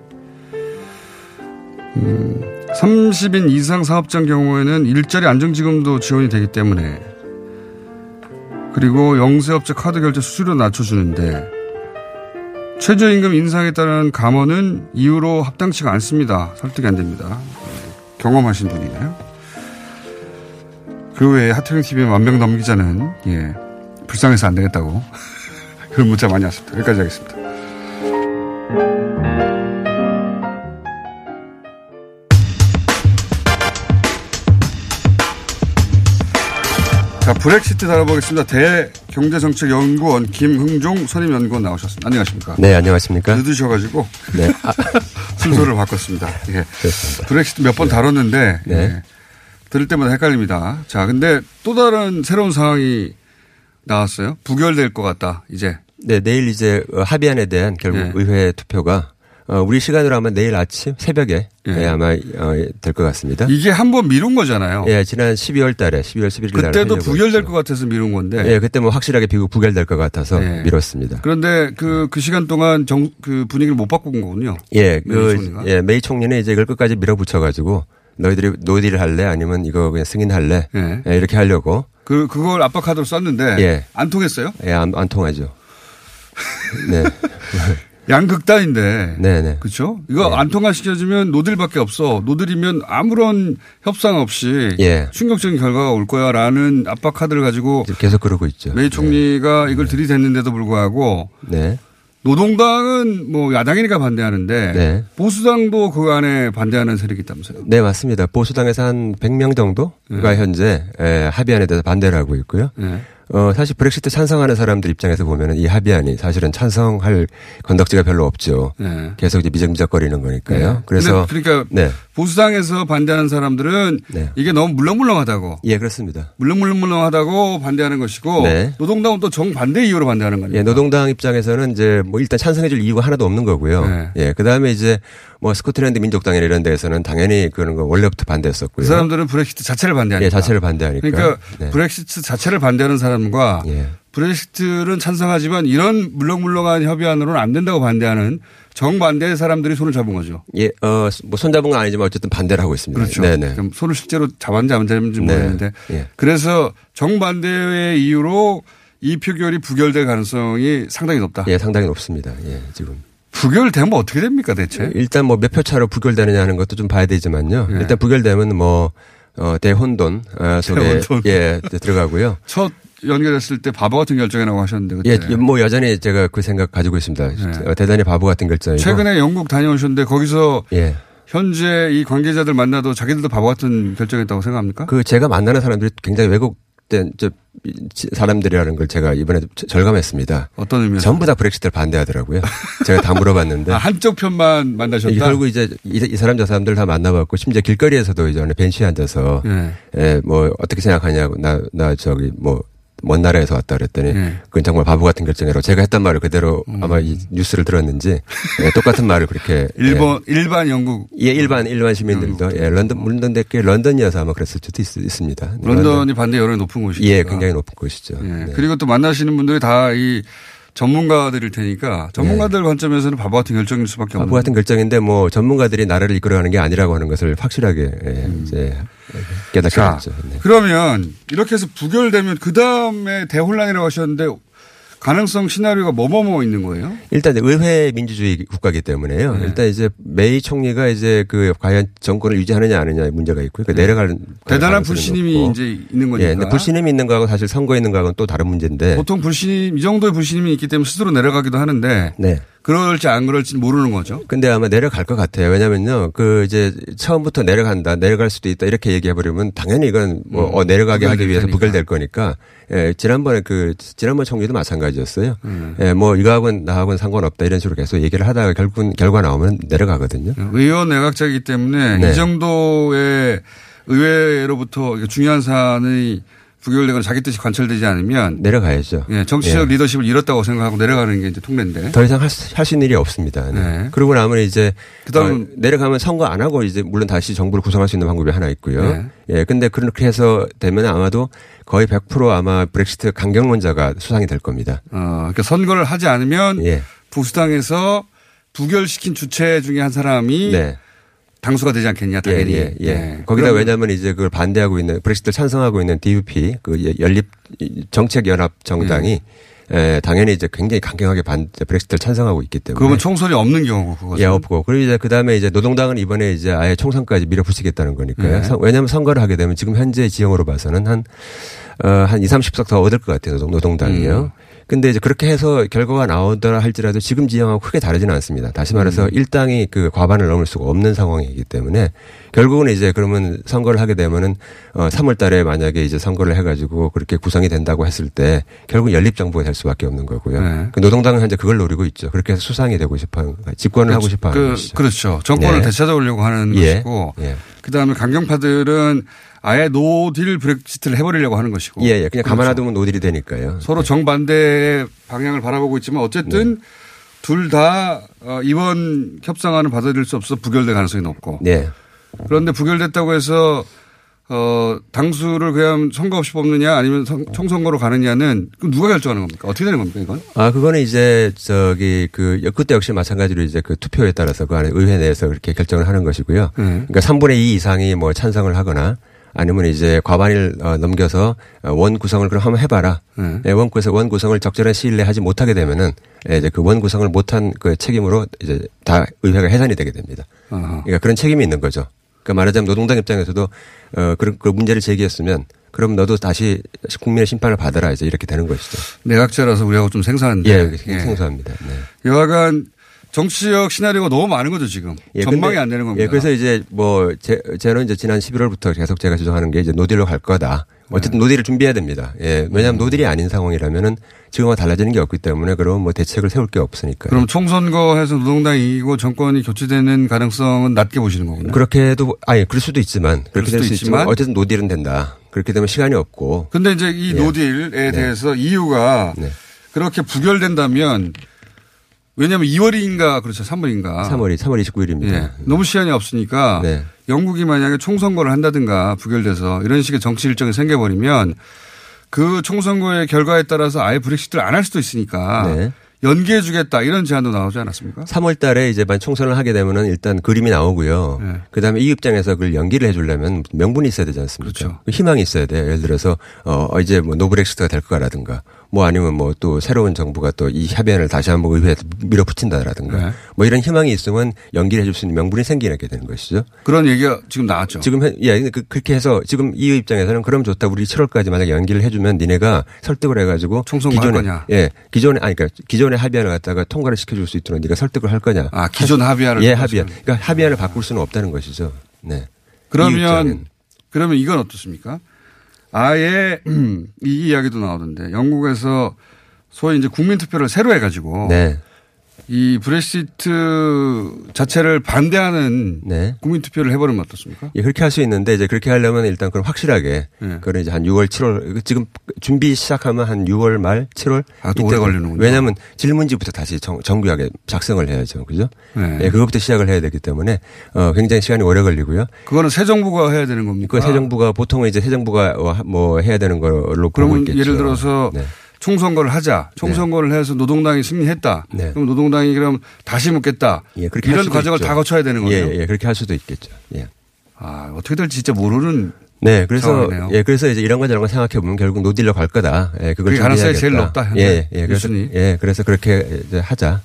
Speaker 3: 음, 30인 이상 사업장 경우에는 일자리 안정지금도 지원이 되기 때문에 그리고 영세업체 카드 결제 수수료 낮춰주는데 최저임금 인상에 따른 감원은 이유로 합당치가 않습니다. 설득이 안 됩니다. 예, 경험하신 분이네요. 그 외에 하태경 TV 만명 넘기자는 예 불쌍해서 안 되겠다고 [LAUGHS] 그런 문자 많이 왔습니다. 여기까지 하겠습니다. 자 브렉시트 다뤄보겠습니다. 대경제정책연구원 김흥종 선임연구원 나오셨습니다. 안녕하십니까?
Speaker 6: 네, 안녕하십니까?
Speaker 3: 늦으셔가지고
Speaker 7: [LAUGHS]
Speaker 6: 네. 아,
Speaker 3: 순서를 바꿨습니다. 예.
Speaker 6: 그렇습니다.
Speaker 3: 브렉시트 몇 번 다뤘는데
Speaker 6: 네.
Speaker 3: 예. 들을 때마다 헷갈립니다. 자, 근데 또 다른 새로운 상황이 나왔어요. 부결될 것 같다. 이제
Speaker 6: 네, 내일 이제 어, 합의안에 대한 결국
Speaker 3: 예.
Speaker 6: 의회 투표가 어, 우리 시간으로 아마 내일 아침 새벽에
Speaker 7: 예.
Speaker 6: 예, 아마 어, 될것 같습니다.
Speaker 7: 이게 한 번 미룬 거잖아요.
Speaker 6: 예, 지난 12월 달에 12월 11일 날
Speaker 7: 그때도 부결될 것 같아서 미룬 건데.
Speaker 6: 예, 그때 뭐 확실하게 비고 부결될 것 같아서
Speaker 7: 예.
Speaker 6: 미뤘습니다.
Speaker 7: 그런데 그, 그 시간 동안 정, 그 분위기를 못 바꾼 거군요.
Speaker 6: 네. 예,
Speaker 7: 메이
Speaker 6: 그,
Speaker 7: 총리가?
Speaker 6: 예, 메이 총리는 이제 이걸 끝까지 밀어붙여가지고 너희들이 노딜 할래 아니면 이거 그냥 승인할래
Speaker 7: 예.
Speaker 6: 예, 이렇게 하려고
Speaker 7: 그, 그걸 압박하도록 썼는데.
Speaker 6: 예.
Speaker 7: 안 통했어요?
Speaker 6: 예, 안, 안 통하죠. 네.
Speaker 7: 양극단인데.
Speaker 6: 네네.
Speaker 7: 그렇죠? 이거 안 통과시켜주면 노들밖에 없어. 노들이면 아무런 협상 없이
Speaker 6: 예.
Speaker 7: 충격적인 결과가 올 거야라는 압박 카드를 가지고
Speaker 6: 계속 그러고 있죠.
Speaker 7: 메이 총리가 이걸 들이댔는데도 불구하고
Speaker 6: 네.
Speaker 7: 노동당은 뭐 야당이니까 반대하는데
Speaker 6: 네.
Speaker 7: 보수당도 그 안에 반대하는 세력이 있다면서요.
Speaker 6: 네, 맞습니다. 보수당에서 한 100명 정도가
Speaker 7: 네.
Speaker 6: 현재 예, 합의안에 대해서 반대를 하고 있고요.
Speaker 7: 예.
Speaker 6: 어, 사실 브렉시트 찬성하는 사람들 입장에서 보면은 이 합의안이 사실은 찬성할 건덕지가 별로 없죠.
Speaker 7: 예.
Speaker 6: 계속 이제 미적미적거리는 거니까요.
Speaker 7: 네.
Speaker 6: 그래서
Speaker 7: 근데 그러니까
Speaker 6: 네.
Speaker 7: 보수당에서 반대하는 사람들은 이게 너무 물렁물렁하다고
Speaker 6: 예, 그렇습니다.
Speaker 7: 물렁물렁물렁하다고 반대하는 것이고
Speaker 6: 네.
Speaker 7: 노동당은 또 정반대 이유로 반대하는 거예요.
Speaker 6: 예, 노동당 입장에서는 이제 뭐 일단 찬성해줄 이유가 하나도 없는 거고요. 예, 그 다음에 이제 뭐 스코틀랜드 민족당이나 이런 데에서는 당연히 그런 거 원래부터 반대했었고요.
Speaker 7: 그 사람들은 브렉시트 자체를 반대하니까.
Speaker 6: 예, 자체를 반대하니까.
Speaker 7: 그러니까
Speaker 6: 네.
Speaker 7: 브렉시트 자체를 반대하는 사람과
Speaker 6: 예.
Speaker 7: 브렉시트는 찬성하지만 이런 물렁물렁한 협의안으로는 안 된다고 반대하는 정반대의 사람들이 손을 잡은 거죠.
Speaker 6: 예, 어, 뭐 손잡은 건 아니지만 어쨌든 반대를 하고 있습니다.
Speaker 7: 그렇죠.
Speaker 6: 네네.
Speaker 7: 그럼 손을 실제로 잡았는지 안 잡았는지
Speaker 6: 네.
Speaker 7: 모르겠는데
Speaker 6: 예.
Speaker 7: 그래서 정반대의 이유로 이 표결이 부결될 가능성이 상당히 높다.
Speaker 6: 예, 상당히 높습니다. 예, 지금.
Speaker 7: 부결되면 어떻게 됩니까 대체?
Speaker 6: 일단 뭐 몇 표 차로 부결되느냐 하는 것도 좀 봐야 되지만요.
Speaker 7: 네.
Speaker 6: 일단 부결되면 뭐, 어, 대혼돈, 어, 속에.
Speaker 7: 대혼돈.
Speaker 6: 예, 이제 들어가고요.
Speaker 7: [LAUGHS] 첫 연결했을 때 바보 같은 결정이라고 하셨는데 그때 네.
Speaker 6: 예, 뭐 여전히 제가 그 생각 가지고 있습니다. 어, 대단히 바보 같은 결정이고.
Speaker 7: 최근에 영국 다녀오셨는데 거기서
Speaker 6: 예.
Speaker 7: 현재 이 관계자들 만나도 자기들도 바보 같은 결정했다고 생각합니까?
Speaker 6: 그 제가 만나는 사람들이 굉장히 왜곡된 저 사람들이라는 걸 제가 이번에 저- 절감했습니다.
Speaker 7: 어떤 의미에서?
Speaker 6: 전부 다 브렉시트를 반대하더라고요. 제가 다 물어봤는데.
Speaker 7: 아, 한쪽 편만 만나셨다.
Speaker 6: 이게 결국 이제 이, 이 사람 저 사람들 다 만나봤고 심지어 길거리에서도 이제 어느 벤치에 앉아서
Speaker 7: 예.
Speaker 6: 예, 뭐 어떻게 생각하냐고 나 나 저기 뭐 먼 나라에서 왔다 그랬더니
Speaker 7: 예.
Speaker 6: 그건 정말 바보 같은 결정이라고 제가 했던 말을 그대로 아마 이 뉴스를 들었는지 예, 똑같은 말을 그렇게
Speaker 7: 일본 일반 영국
Speaker 6: 예, 예, 일반 일반 시민들도 예, 런던 물론 대게 런던이어서 아마 그랬을 수도 있, 습니다
Speaker 7: 런던이 반대 여론이 높은 곳이죠.
Speaker 6: 예, 굉장히 높은 곳이죠. 네.
Speaker 7: 그리고 또 만나시는 분들이 다 이 전문가들일 테니까 전문가들 관점에서는 바보 같은 결정일 수밖에 없는
Speaker 6: 네. 바보 같은 결정인데 뭐 전문가들이 나라를 이끌어가는 게 아니라고 하는 것을 확실하게 예, 이제 깨닫게
Speaker 7: 음. 자,
Speaker 6: 됐죠. 네.
Speaker 7: 그러면 이렇게 해서 부결되면 그 다음에 대혼란이라고 하셨는데 가능성 시나리오가 뭐뭐뭐 있는 거예요?
Speaker 6: 일단 이제 의회 민주주의 국가이기 때문에요. 일단 이제 메이 총리가 이제 그 과연 정권을 유지하느냐 아느냐의 문제가 있고요. 그 내려가는 가능성이
Speaker 7: 대단한 불신임이
Speaker 6: 높고.
Speaker 7: 이제 있는 거니까.
Speaker 6: 예, 근데 불신임이 있는 거하고 사실 선거에 있는 거하고는 또 다른 문제인데.
Speaker 7: 보통 불신임 이 정도의 불신임이 있기 때문에 스스로 내려가기도 하는데
Speaker 6: 네.
Speaker 7: 그럴지 안 그럴지 모르는 거죠.
Speaker 6: 근데 아마 내려갈 것 같아요. 왜냐면요. 그 이제 처음부터 내려간다, 내려갈 수도 있다 이렇게 얘기해버리면 당연히 이건 뭐
Speaker 7: 음,
Speaker 6: 어, 내려가게 하기
Speaker 7: 부결될
Speaker 6: 위해서
Speaker 7: 테니까.
Speaker 6: 부결될 거니까. 예, 지난번에 그 지난번 총리도 마찬가지였어요. 예, 뭐 이거하고는 나하고는 상관없다 이런 식으로 계속 얘기를 하다가 결국은 결과 나오면 내려가거든요.
Speaker 7: 예, 의원 내각제이기 때문에
Speaker 6: 네.
Speaker 7: 이 정도의 의회로부터 중요한 사안이 부결되거나 자기 뜻이 관철되지
Speaker 6: 네.
Speaker 7: 않으면
Speaker 6: 내려가야죠.
Speaker 7: 예, 정치적
Speaker 6: 예.
Speaker 7: 리더십을 잃었다고 생각하고 내려가는 게 이제 통례인데.
Speaker 6: 더 이상 할 수 있는 일이 없습니다. 네.
Speaker 7: 네.
Speaker 6: 그러고 나면 이제
Speaker 7: 그다음은-
Speaker 6: 어, 내려가면 선거 안 하고 이제 물론 다시 정부를 구성할 수 있는 방법이 하나 있고요.
Speaker 7: 네.
Speaker 6: 예, 근데 그렇게 해서 되면 아마도 거의 100% 아마 브렉시트 강경론자가 수상이 될 겁니다.
Speaker 7: 어, 그러니까 선거를 하지 않으면
Speaker 6: 예.
Speaker 7: 보수당에서 부결시킨 주체 중에 한 사람이
Speaker 6: 네.
Speaker 7: 당수가 되지 않겠냐
Speaker 6: 예,
Speaker 7: 당연히.
Speaker 6: 예, 예.
Speaker 7: 네.
Speaker 6: 거기다
Speaker 7: 그럼
Speaker 6: 왜냐하면 이제 그걸 반대하고 있는 브렉시트를 찬성하고 있는 DUP 그 예, 연립 정책 연합 정당이 예, 당연히 이제 굉장히 강경하게 반 브렉시트를 찬성하고 있기 때문에
Speaker 7: [LAUGHS] 그러면 총선이 없는 경우고 그거죠.
Speaker 6: 예, 없고. 그리고 이제 그 다음에 이제 노동당은 이번에 이제 아예 총선까지 밀어붙이겠다는 거니까요.
Speaker 7: 네.
Speaker 6: 선- 왜냐하면 선거를 하게 되면 지금 현재 지형으로 봐서는 한, 어, 한 2, 30석 더 얻을 것 같아요. 노동, 당이요 근데 이제 그렇게 해서 결과가 나오더라 할지라도 지금 지형하고 크게 다르지는 않습니다. 다시 말해서 일당이 그 과반을 넘을 수가 없는 상황이기 때문에 결국은 이제 그러면 선거를 하게 되면은 어 3월 달에 만약에 이제 선거를 해 가지고 그렇게 구성이 된다고 했을 때 결국 연립 정부가 될 수밖에 없는 거고요.
Speaker 7: 네.
Speaker 6: 그 노동당은 현재 그걸 노리고 있죠. 그렇게 해서 수상이 되고 싶어 하는 거예요. 집권을 하고 싶어 하는
Speaker 7: 그,
Speaker 6: 것이죠.
Speaker 7: 그렇죠. 정권을
Speaker 6: 예.
Speaker 7: 되찾아오려고 하는
Speaker 6: 예.
Speaker 7: 것이고
Speaker 6: 예.
Speaker 7: 그다음에 강경파들은 아예 노딜 브렉시트를 해버리려고 하는 것이고 그렇죠.
Speaker 6: 예, 예. 그냥 가만 놔두면 노딜이 되니까요. 예. 네.
Speaker 7: 서로 정반대의 방향을 바라보고 있지만 어쨌든 둘 다 어, 이번 협상안을 받아들일 수 없어 부결될 가능성이 높고.
Speaker 6: 네.
Speaker 7: 예. 그런데 부결됐다고 해서 어 당수를 그냥 선거 없이 뽑느냐 아니면 성- 총선거로 가느냐는 그럼 누가 결정하는 겁니까? 어떻게 되는 겁니까 이건?
Speaker 6: 아, 그거는 이제 저기 그 그때 역시 마찬가지로 이제 그 투표에 따라서 그 안에 의회 내에서 그렇게 결정을 하는 것이고요.
Speaker 7: 음.
Speaker 6: 그러니까 3분의 2 이상이 뭐 찬성을 하거나 아니면 이제 과반을 어, 넘겨서 어, 원 구성을 그럼 한번 해봐라.
Speaker 7: 음.
Speaker 6: 예, 원 구성 원 구성을 적절한 시일 내에 하지 못하게 되면은 예, 이제 그 원 구성을 못한 그 책임으로 이제 다 의회가 해산이 되게 됩니다.
Speaker 7: 아하.
Speaker 6: 그러니까 그런 책임이 있는 거죠. 그러니까 말하자면 노동당 입장에서도 어 그런 그 문제를 제기했으면 그럼 너도 다시 국민의 심판을 받아라 이제 이렇게 되는 것이죠.
Speaker 7: 내각제라서 우리하고 좀 생소한데.
Speaker 6: 예, 생소합니다. 네.
Speaker 7: 여하간 정치적 시나리오가 너무 많은 거죠 지금.
Speaker 6: 예,
Speaker 7: 전망이
Speaker 6: 근데-
Speaker 7: 안 되는 겁니다.
Speaker 6: 예, 그래서 이제 뭐 제, 저는 이제 지난 11월부터 계속 제가 주장하는 게 이제 노딜로 갈 거다. 어쨌든
Speaker 7: 네.
Speaker 6: 노딜을 준비해야 됩니다. 예, 왜냐하면 노딜이 아닌 상황이라면은 지금과 달라지는 게 없기 때문에 그럼 뭐 대책을 세울 게 없으니까.
Speaker 7: 그럼 총선거에서 노동당이 이기고 정권이 교체되는 가능성은 낮게 보시는 거군요.
Speaker 6: 그렇게 해도 아니 그럴 수도 있지만 그렇게 될
Speaker 7: 수도
Speaker 6: 수 있지만
Speaker 7: 있지만.
Speaker 6: 어쨌든 노딜은 된다. 그렇게 되면 시간이 없고.
Speaker 7: 근데 이제 이
Speaker 6: 예.
Speaker 7: 노딜에
Speaker 6: 네.
Speaker 7: 대해서 이유가 그렇게 부결된다면 왜냐하면 2월인가 그렇죠 3월인가
Speaker 6: 3월이 네. 3월 29일입니다.
Speaker 7: 예. 너무 시간이 없으니까 영국이 만약에 총선거를 한다든가 부결돼서 이런 식의 정치 일정이 생겨버리면 그 총선거의 결과에 따라서 아예 브렉시트를 안 할 수도 있으니까
Speaker 6: 네.
Speaker 7: 연기해주겠다 이런 제안도 나오지 않았습니까?
Speaker 6: 3월 달에 이제 만 총선을 하게 되면은 일단 그림이 나오고요.
Speaker 7: 네.
Speaker 6: 그 다음에 이 입장에서 그걸 연기를 해주려면 명분이 있어야 되지 않습니까?
Speaker 7: 그렇죠.
Speaker 6: 그 희망이 있어야 돼요. 예를 들어서, 어, 이제 뭐 노브렉시트가 될 거라든가 뭐 아니면 뭐 또 새로운 정부가 또 이 협의안을 다시 한번 의회에 밀어붙인다라든가
Speaker 7: 네.
Speaker 6: 뭐 이런 희망이 있으면 연기를 해줄 수 있는 명분이 생기게 되는 것이죠.
Speaker 7: 그런 얘기가 지금 나왔죠.
Speaker 6: 지금 해- 예 그, 렇게 해서 지금 이 입장에서는 그럼 좋다 우리 7월까지 만약 연기를 해주면 니네가 설득을 해가지고
Speaker 7: 총선거 할
Speaker 6: 기존에
Speaker 7: 거냐?
Speaker 6: 예 기존에 아니 그러니까 기존의 합의안을 갖다가 통과를 시켜줄 수 있도록 네가 설득을 할 거냐?
Speaker 7: 아, 기존 합의안을
Speaker 6: 예
Speaker 7: 통과시켜-
Speaker 6: 합의안 그러니까 합의안을 바꿀 수는 없다는 것이죠. 네 이 입장은.
Speaker 7: 그러면 그러면 이건 어떻습니까? 아예 음, 이 이야기도 나오던데 영국에서 소위 이제 국민 투표를 새로 해가지고
Speaker 6: 네.
Speaker 7: 이 브렉시트 자체를 반대하는
Speaker 6: 네.
Speaker 7: 국민 투표를 해버리면 어떻습니까?
Speaker 6: 예, 그렇게 할 수 있는데 이제 그렇게 하려면 일단 그럼 확실하게
Speaker 7: 예.
Speaker 6: 그런 이제 한 6월 7월 어, 지금 준비 시작하면 한 6월 말 7월
Speaker 7: 아, 또 오래
Speaker 6: 이때도-
Speaker 7: 걸리는군요.
Speaker 6: 왜냐하면 질문지부터 다시 정, 정교하게 작성을 해야죠, 그죠?
Speaker 7: 네.
Speaker 6: 예, 그것부터 시작을 해야 되기 때문에 어, 굉장히 시간이 오래 걸리고요.
Speaker 7: 그거는 새 정부가 해야 되는 겁니까?
Speaker 6: 그 새 정부가 보통은 이제 새 정부가 어, 하- 뭐 해야 되는 걸로 보고
Speaker 7: 그러면
Speaker 6: 있겠죠.
Speaker 7: 예를
Speaker 6: 아,
Speaker 7: 들어서
Speaker 6: 네.
Speaker 7: 총선거를 하자, 총선거를 해서 노동당이 승리했다.
Speaker 6: 네.
Speaker 7: 그럼 노동당이 그럼 다시 묻겠다.
Speaker 6: 예, 그렇게 할
Speaker 7: 이런
Speaker 6: 수도
Speaker 7: 과정을
Speaker 6: 있죠.
Speaker 7: 다 거쳐야 되는 거예요.
Speaker 6: 예, 예, 그렇게 할 수도 있겠죠. 예.
Speaker 7: 아 어떻게 될지 진짜 모르는
Speaker 6: 네, 그래서
Speaker 7: 상황이네요.
Speaker 6: 예, 그래서 이제 이런 거 저런 거 생각해 보면 결국 노딜로 갈 거다. 예, 그걸
Speaker 7: 그게 가능성이
Speaker 6: 준비해야겠다.
Speaker 7: 제일 높다, 현재.
Speaker 6: 예, 예, 그래서
Speaker 7: 일순위.
Speaker 6: 예, 그래서 그렇게 이제 하자.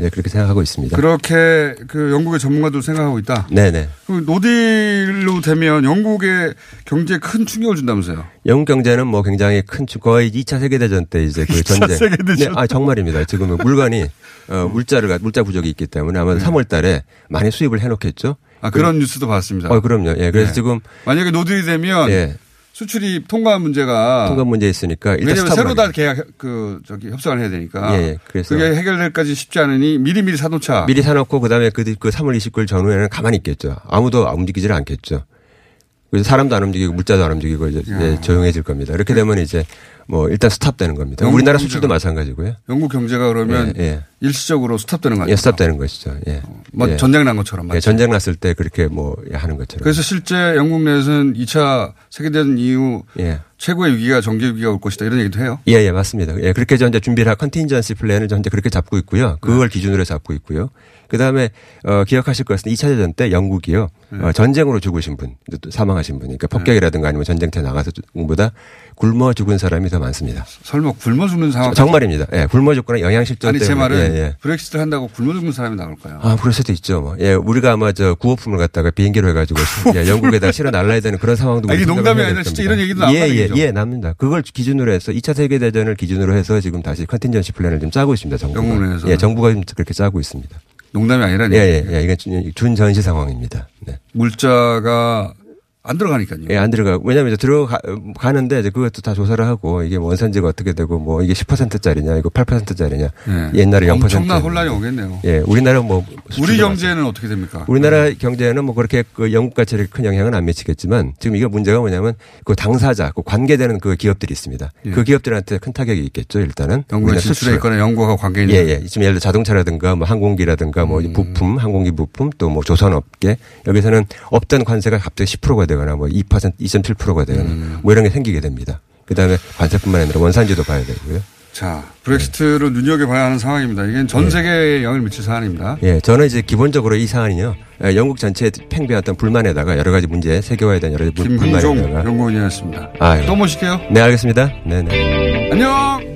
Speaker 6: 예, 그렇게 생각하고 있습니다.
Speaker 7: 그렇게 그 영국의 전문가들 생각하고 있다.
Speaker 6: 네, 네.
Speaker 7: 그 노딜로 되면 영국의 경제에 큰 충격을 준다면서요.
Speaker 6: 영국 경제는 뭐 굉장히 큰 축- 거의 2차 세계 대전 때 이제 그
Speaker 7: 2차
Speaker 6: 전쟁.
Speaker 7: 세계대전.
Speaker 6: 네, 아 정말입니다. 지금 물건이 어, 물자를 가- 물자 부족이 있기 때문에 아마 3월달에 많이 수입을 해놓겠죠.
Speaker 7: 아 그런 뉴스도 봤습니다.
Speaker 6: 어, 그럼요. 예, 그래서
Speaker 7: 네.
Speaker 6: 지금
Speaker 7: 만약에 노딜이 되면
Speaker 6: 예.
Speaker 7: 수출이 통과한 문제가
Speaker 6: 통관 문제 있으니까 일단
Speaker 7: 왜냐하면
Speaker 6: 스탑을
Speaker 7: 새로 다 [LAUGHS] 계약 그 저기 협상을 해야 되니까
Speaker 6: 예, 예. 그래서-
Speaker 7: 그게 해결될까지 쉽지 않으니 미리미리 사놓자.
Speaker 6: 미리 사놓고 그다음에 그, 그 3월 29일 전후에는 가만히 있겠죠. 아무도 움직이질 않겠죠. 그래서 사람도 안 움직이고 물자도 안 움직이고 이제
Speaker 7: 아.
Speaker 6: 이제 조용해질 겁니다. 이렇게 되면 이제 뭐 일단 스탑되는 겁니다.
Speaker 7: 영국
Speaker 6: 우리나라
Speaker 7: 경제가-
Speaker 6: 수출도 마찬가지고요.
Speaker 7: 영국 경제가 그러면
Speaker 6: 예, 예.
Speaker 7: 일시적으로 스탑되는 거 아니에요?
Speaker 6: 예, 스탑되는 것이죠. 예.
Speaker 7: 뭐
Speaker 6: 예.
Speaker 7: 전쟁 난 것처럼
Speaker 6: 예,
Speaker 7: 말이죠.
Speaker 6: 전쟁 났을 때 그렇게 뭐 하는 것처럼.
Speaker 7: 그래서 실제 영국 내에서는 2차 세계대전 이후
Speaker 6: 예.
Speaker 7: 최고의 위기가 경제 위기가 올 것이다 이런 얘기도 해요.
Speaker 6: 예, 예, 맞습니다. 예, 그렇게 해서 이제 준비를 할 컨틴전시 플랜을 현재 그렇게 잡고
Speaker 7: 네.
Speaker 6: 있고요. 그걸 기준으로 잡고 있고요. 그 다음에, 어, 기억하실 것은 2차 대전 때 영국이요.
Speaker 7: 네.
Speaker 6: 어, 전쟁으로 죽으신 분,
Speaker 7: [LAUGHS]
Speaker 6: 또 사망하신 분, 그러니까 폭격이라든가 아니면 전쟁터에 나가서 죽은보다 굶어 죽은 사람이 더 많습니다.
Speaker 7: 설마 굶어 죽는 상황.
Speaker 6: 정말입니다. 예, 굶어 죽거나 영양실조
Speaker 7: 아니
Speaker 6: 때문에.
Speaker 7: 제 말은
Speaker 6: 예, 예.
Speaker 7: 브렉시트를 한다고 굶어 죽는 사람이 나올까요?
Speaker 6: 아, 그럴 수도 있죠. 뭐. 예, 우리가 아마 저 구호품을 갖다가 비행기로 해가지고 예, 영국에다가 실어 날라야 되는 그런 상황도
Speaker 7: 아, 이게
Speaker 6: 우리 생각을
Speaker 7: 농담이
Speaker 6: 해야 될
Speaker 7: 아니라 진짜
Speaker 6: 겁니다.
Speaker 7: 이런 얘기도 나왔다는
Speaker 6: 예,
Speaker 7: 얘기죠?
Speaker 6: 예, 예, 납니다. 그걸 기준으로 해서 2차 세계대전을 기준으로 해서 지금 다시 컨틴전시 플랜을 좀 짜고 있습니다. 정부가.
Speaker 7: 영국 내에서는.
Speaker 6: 예, 정부가 좀 그렇게 짜고 있습니다.
Speaker 7: 농담이 아니라는
Speaker 6: 예, 예, 예. 이건 준- 준전시 상황입니다. 네.
Speaker 7: 물자가 안 들어가니까요.
Speaker 6: 예, 안 들어가고. 왜냐면 하 이제 들어가는데 이제 그것도 다 조사를 하고 이게 원산지가 어떻게 되고 뭐 이게 10%짜리냐 이거 8%짜리냐
Speaker 7: 예.
Speaker 6: 옛날에 0%.
Speaker 7: 엄청난 혼란이 오겠네요.
Speaker 6: 예, 우리나라 뭐
Speaker 7: 우리
Speaker 6: 수출도
Speaker 7: 경제는 어떻게 됩니까?
Speaker 6: 우리나라 경제에는 뭐 그렇게 그 영국같이 이렇게 큰 영향은 안 미치겠지만 지금 이게 문제가 뭐냐면 그 당사자, 그 관계되는 그 기업들이 있습니다.
Speaker 7: 예.
Speaker 6: 그 기업들한테 큰 타격이 있겠죠, 일단은.
Speaker 7: 연구에
Speaker 6: 우리나라
Speaker 7: 진출해
Speaker 6: 수출은.
Speaker 7: 있거나 연구하고 관계 있는. 음.
Speaker 6: 예, 예. 지금 예를 들어 자동차라든가 뭐 항공기라든가 뭐 부품, 항공기 부품 또 뭐 조선업계 여기서는 없던 관세가 갑자기 10%가 되거나 뭐 2%, 2.7%가 되거나
Speaker 7: 음.
Speaker 6: 뭐 이런 게 생기게 됩니다. 그 다음에 관세뿐만 아니라 원산지도 봐야 되고요. 네.
Speaker 7: 자, 브렉시트를 눈여겨봐야 하는 상황입니다. 이건 전 세계에 영향을 미칠 사안입니다.
Speaker 6: 예, 저는 이제 기본적으로 이 사안이요. 예, 영국 전체에 팽배했던 불만에다가 여러 가지 문제, 세계화에 대한 여러 가지 불-
Speaker 7: 김민종
Speaker 6: 불만에다가.
Speaker 7: 연구원이었습니다.
Speaker 6: 아, 예.
Speaker 7: 또 모실게요.
Speaker 6: 네, 알겠습니다. 네네.
Speaker 7: 안녕!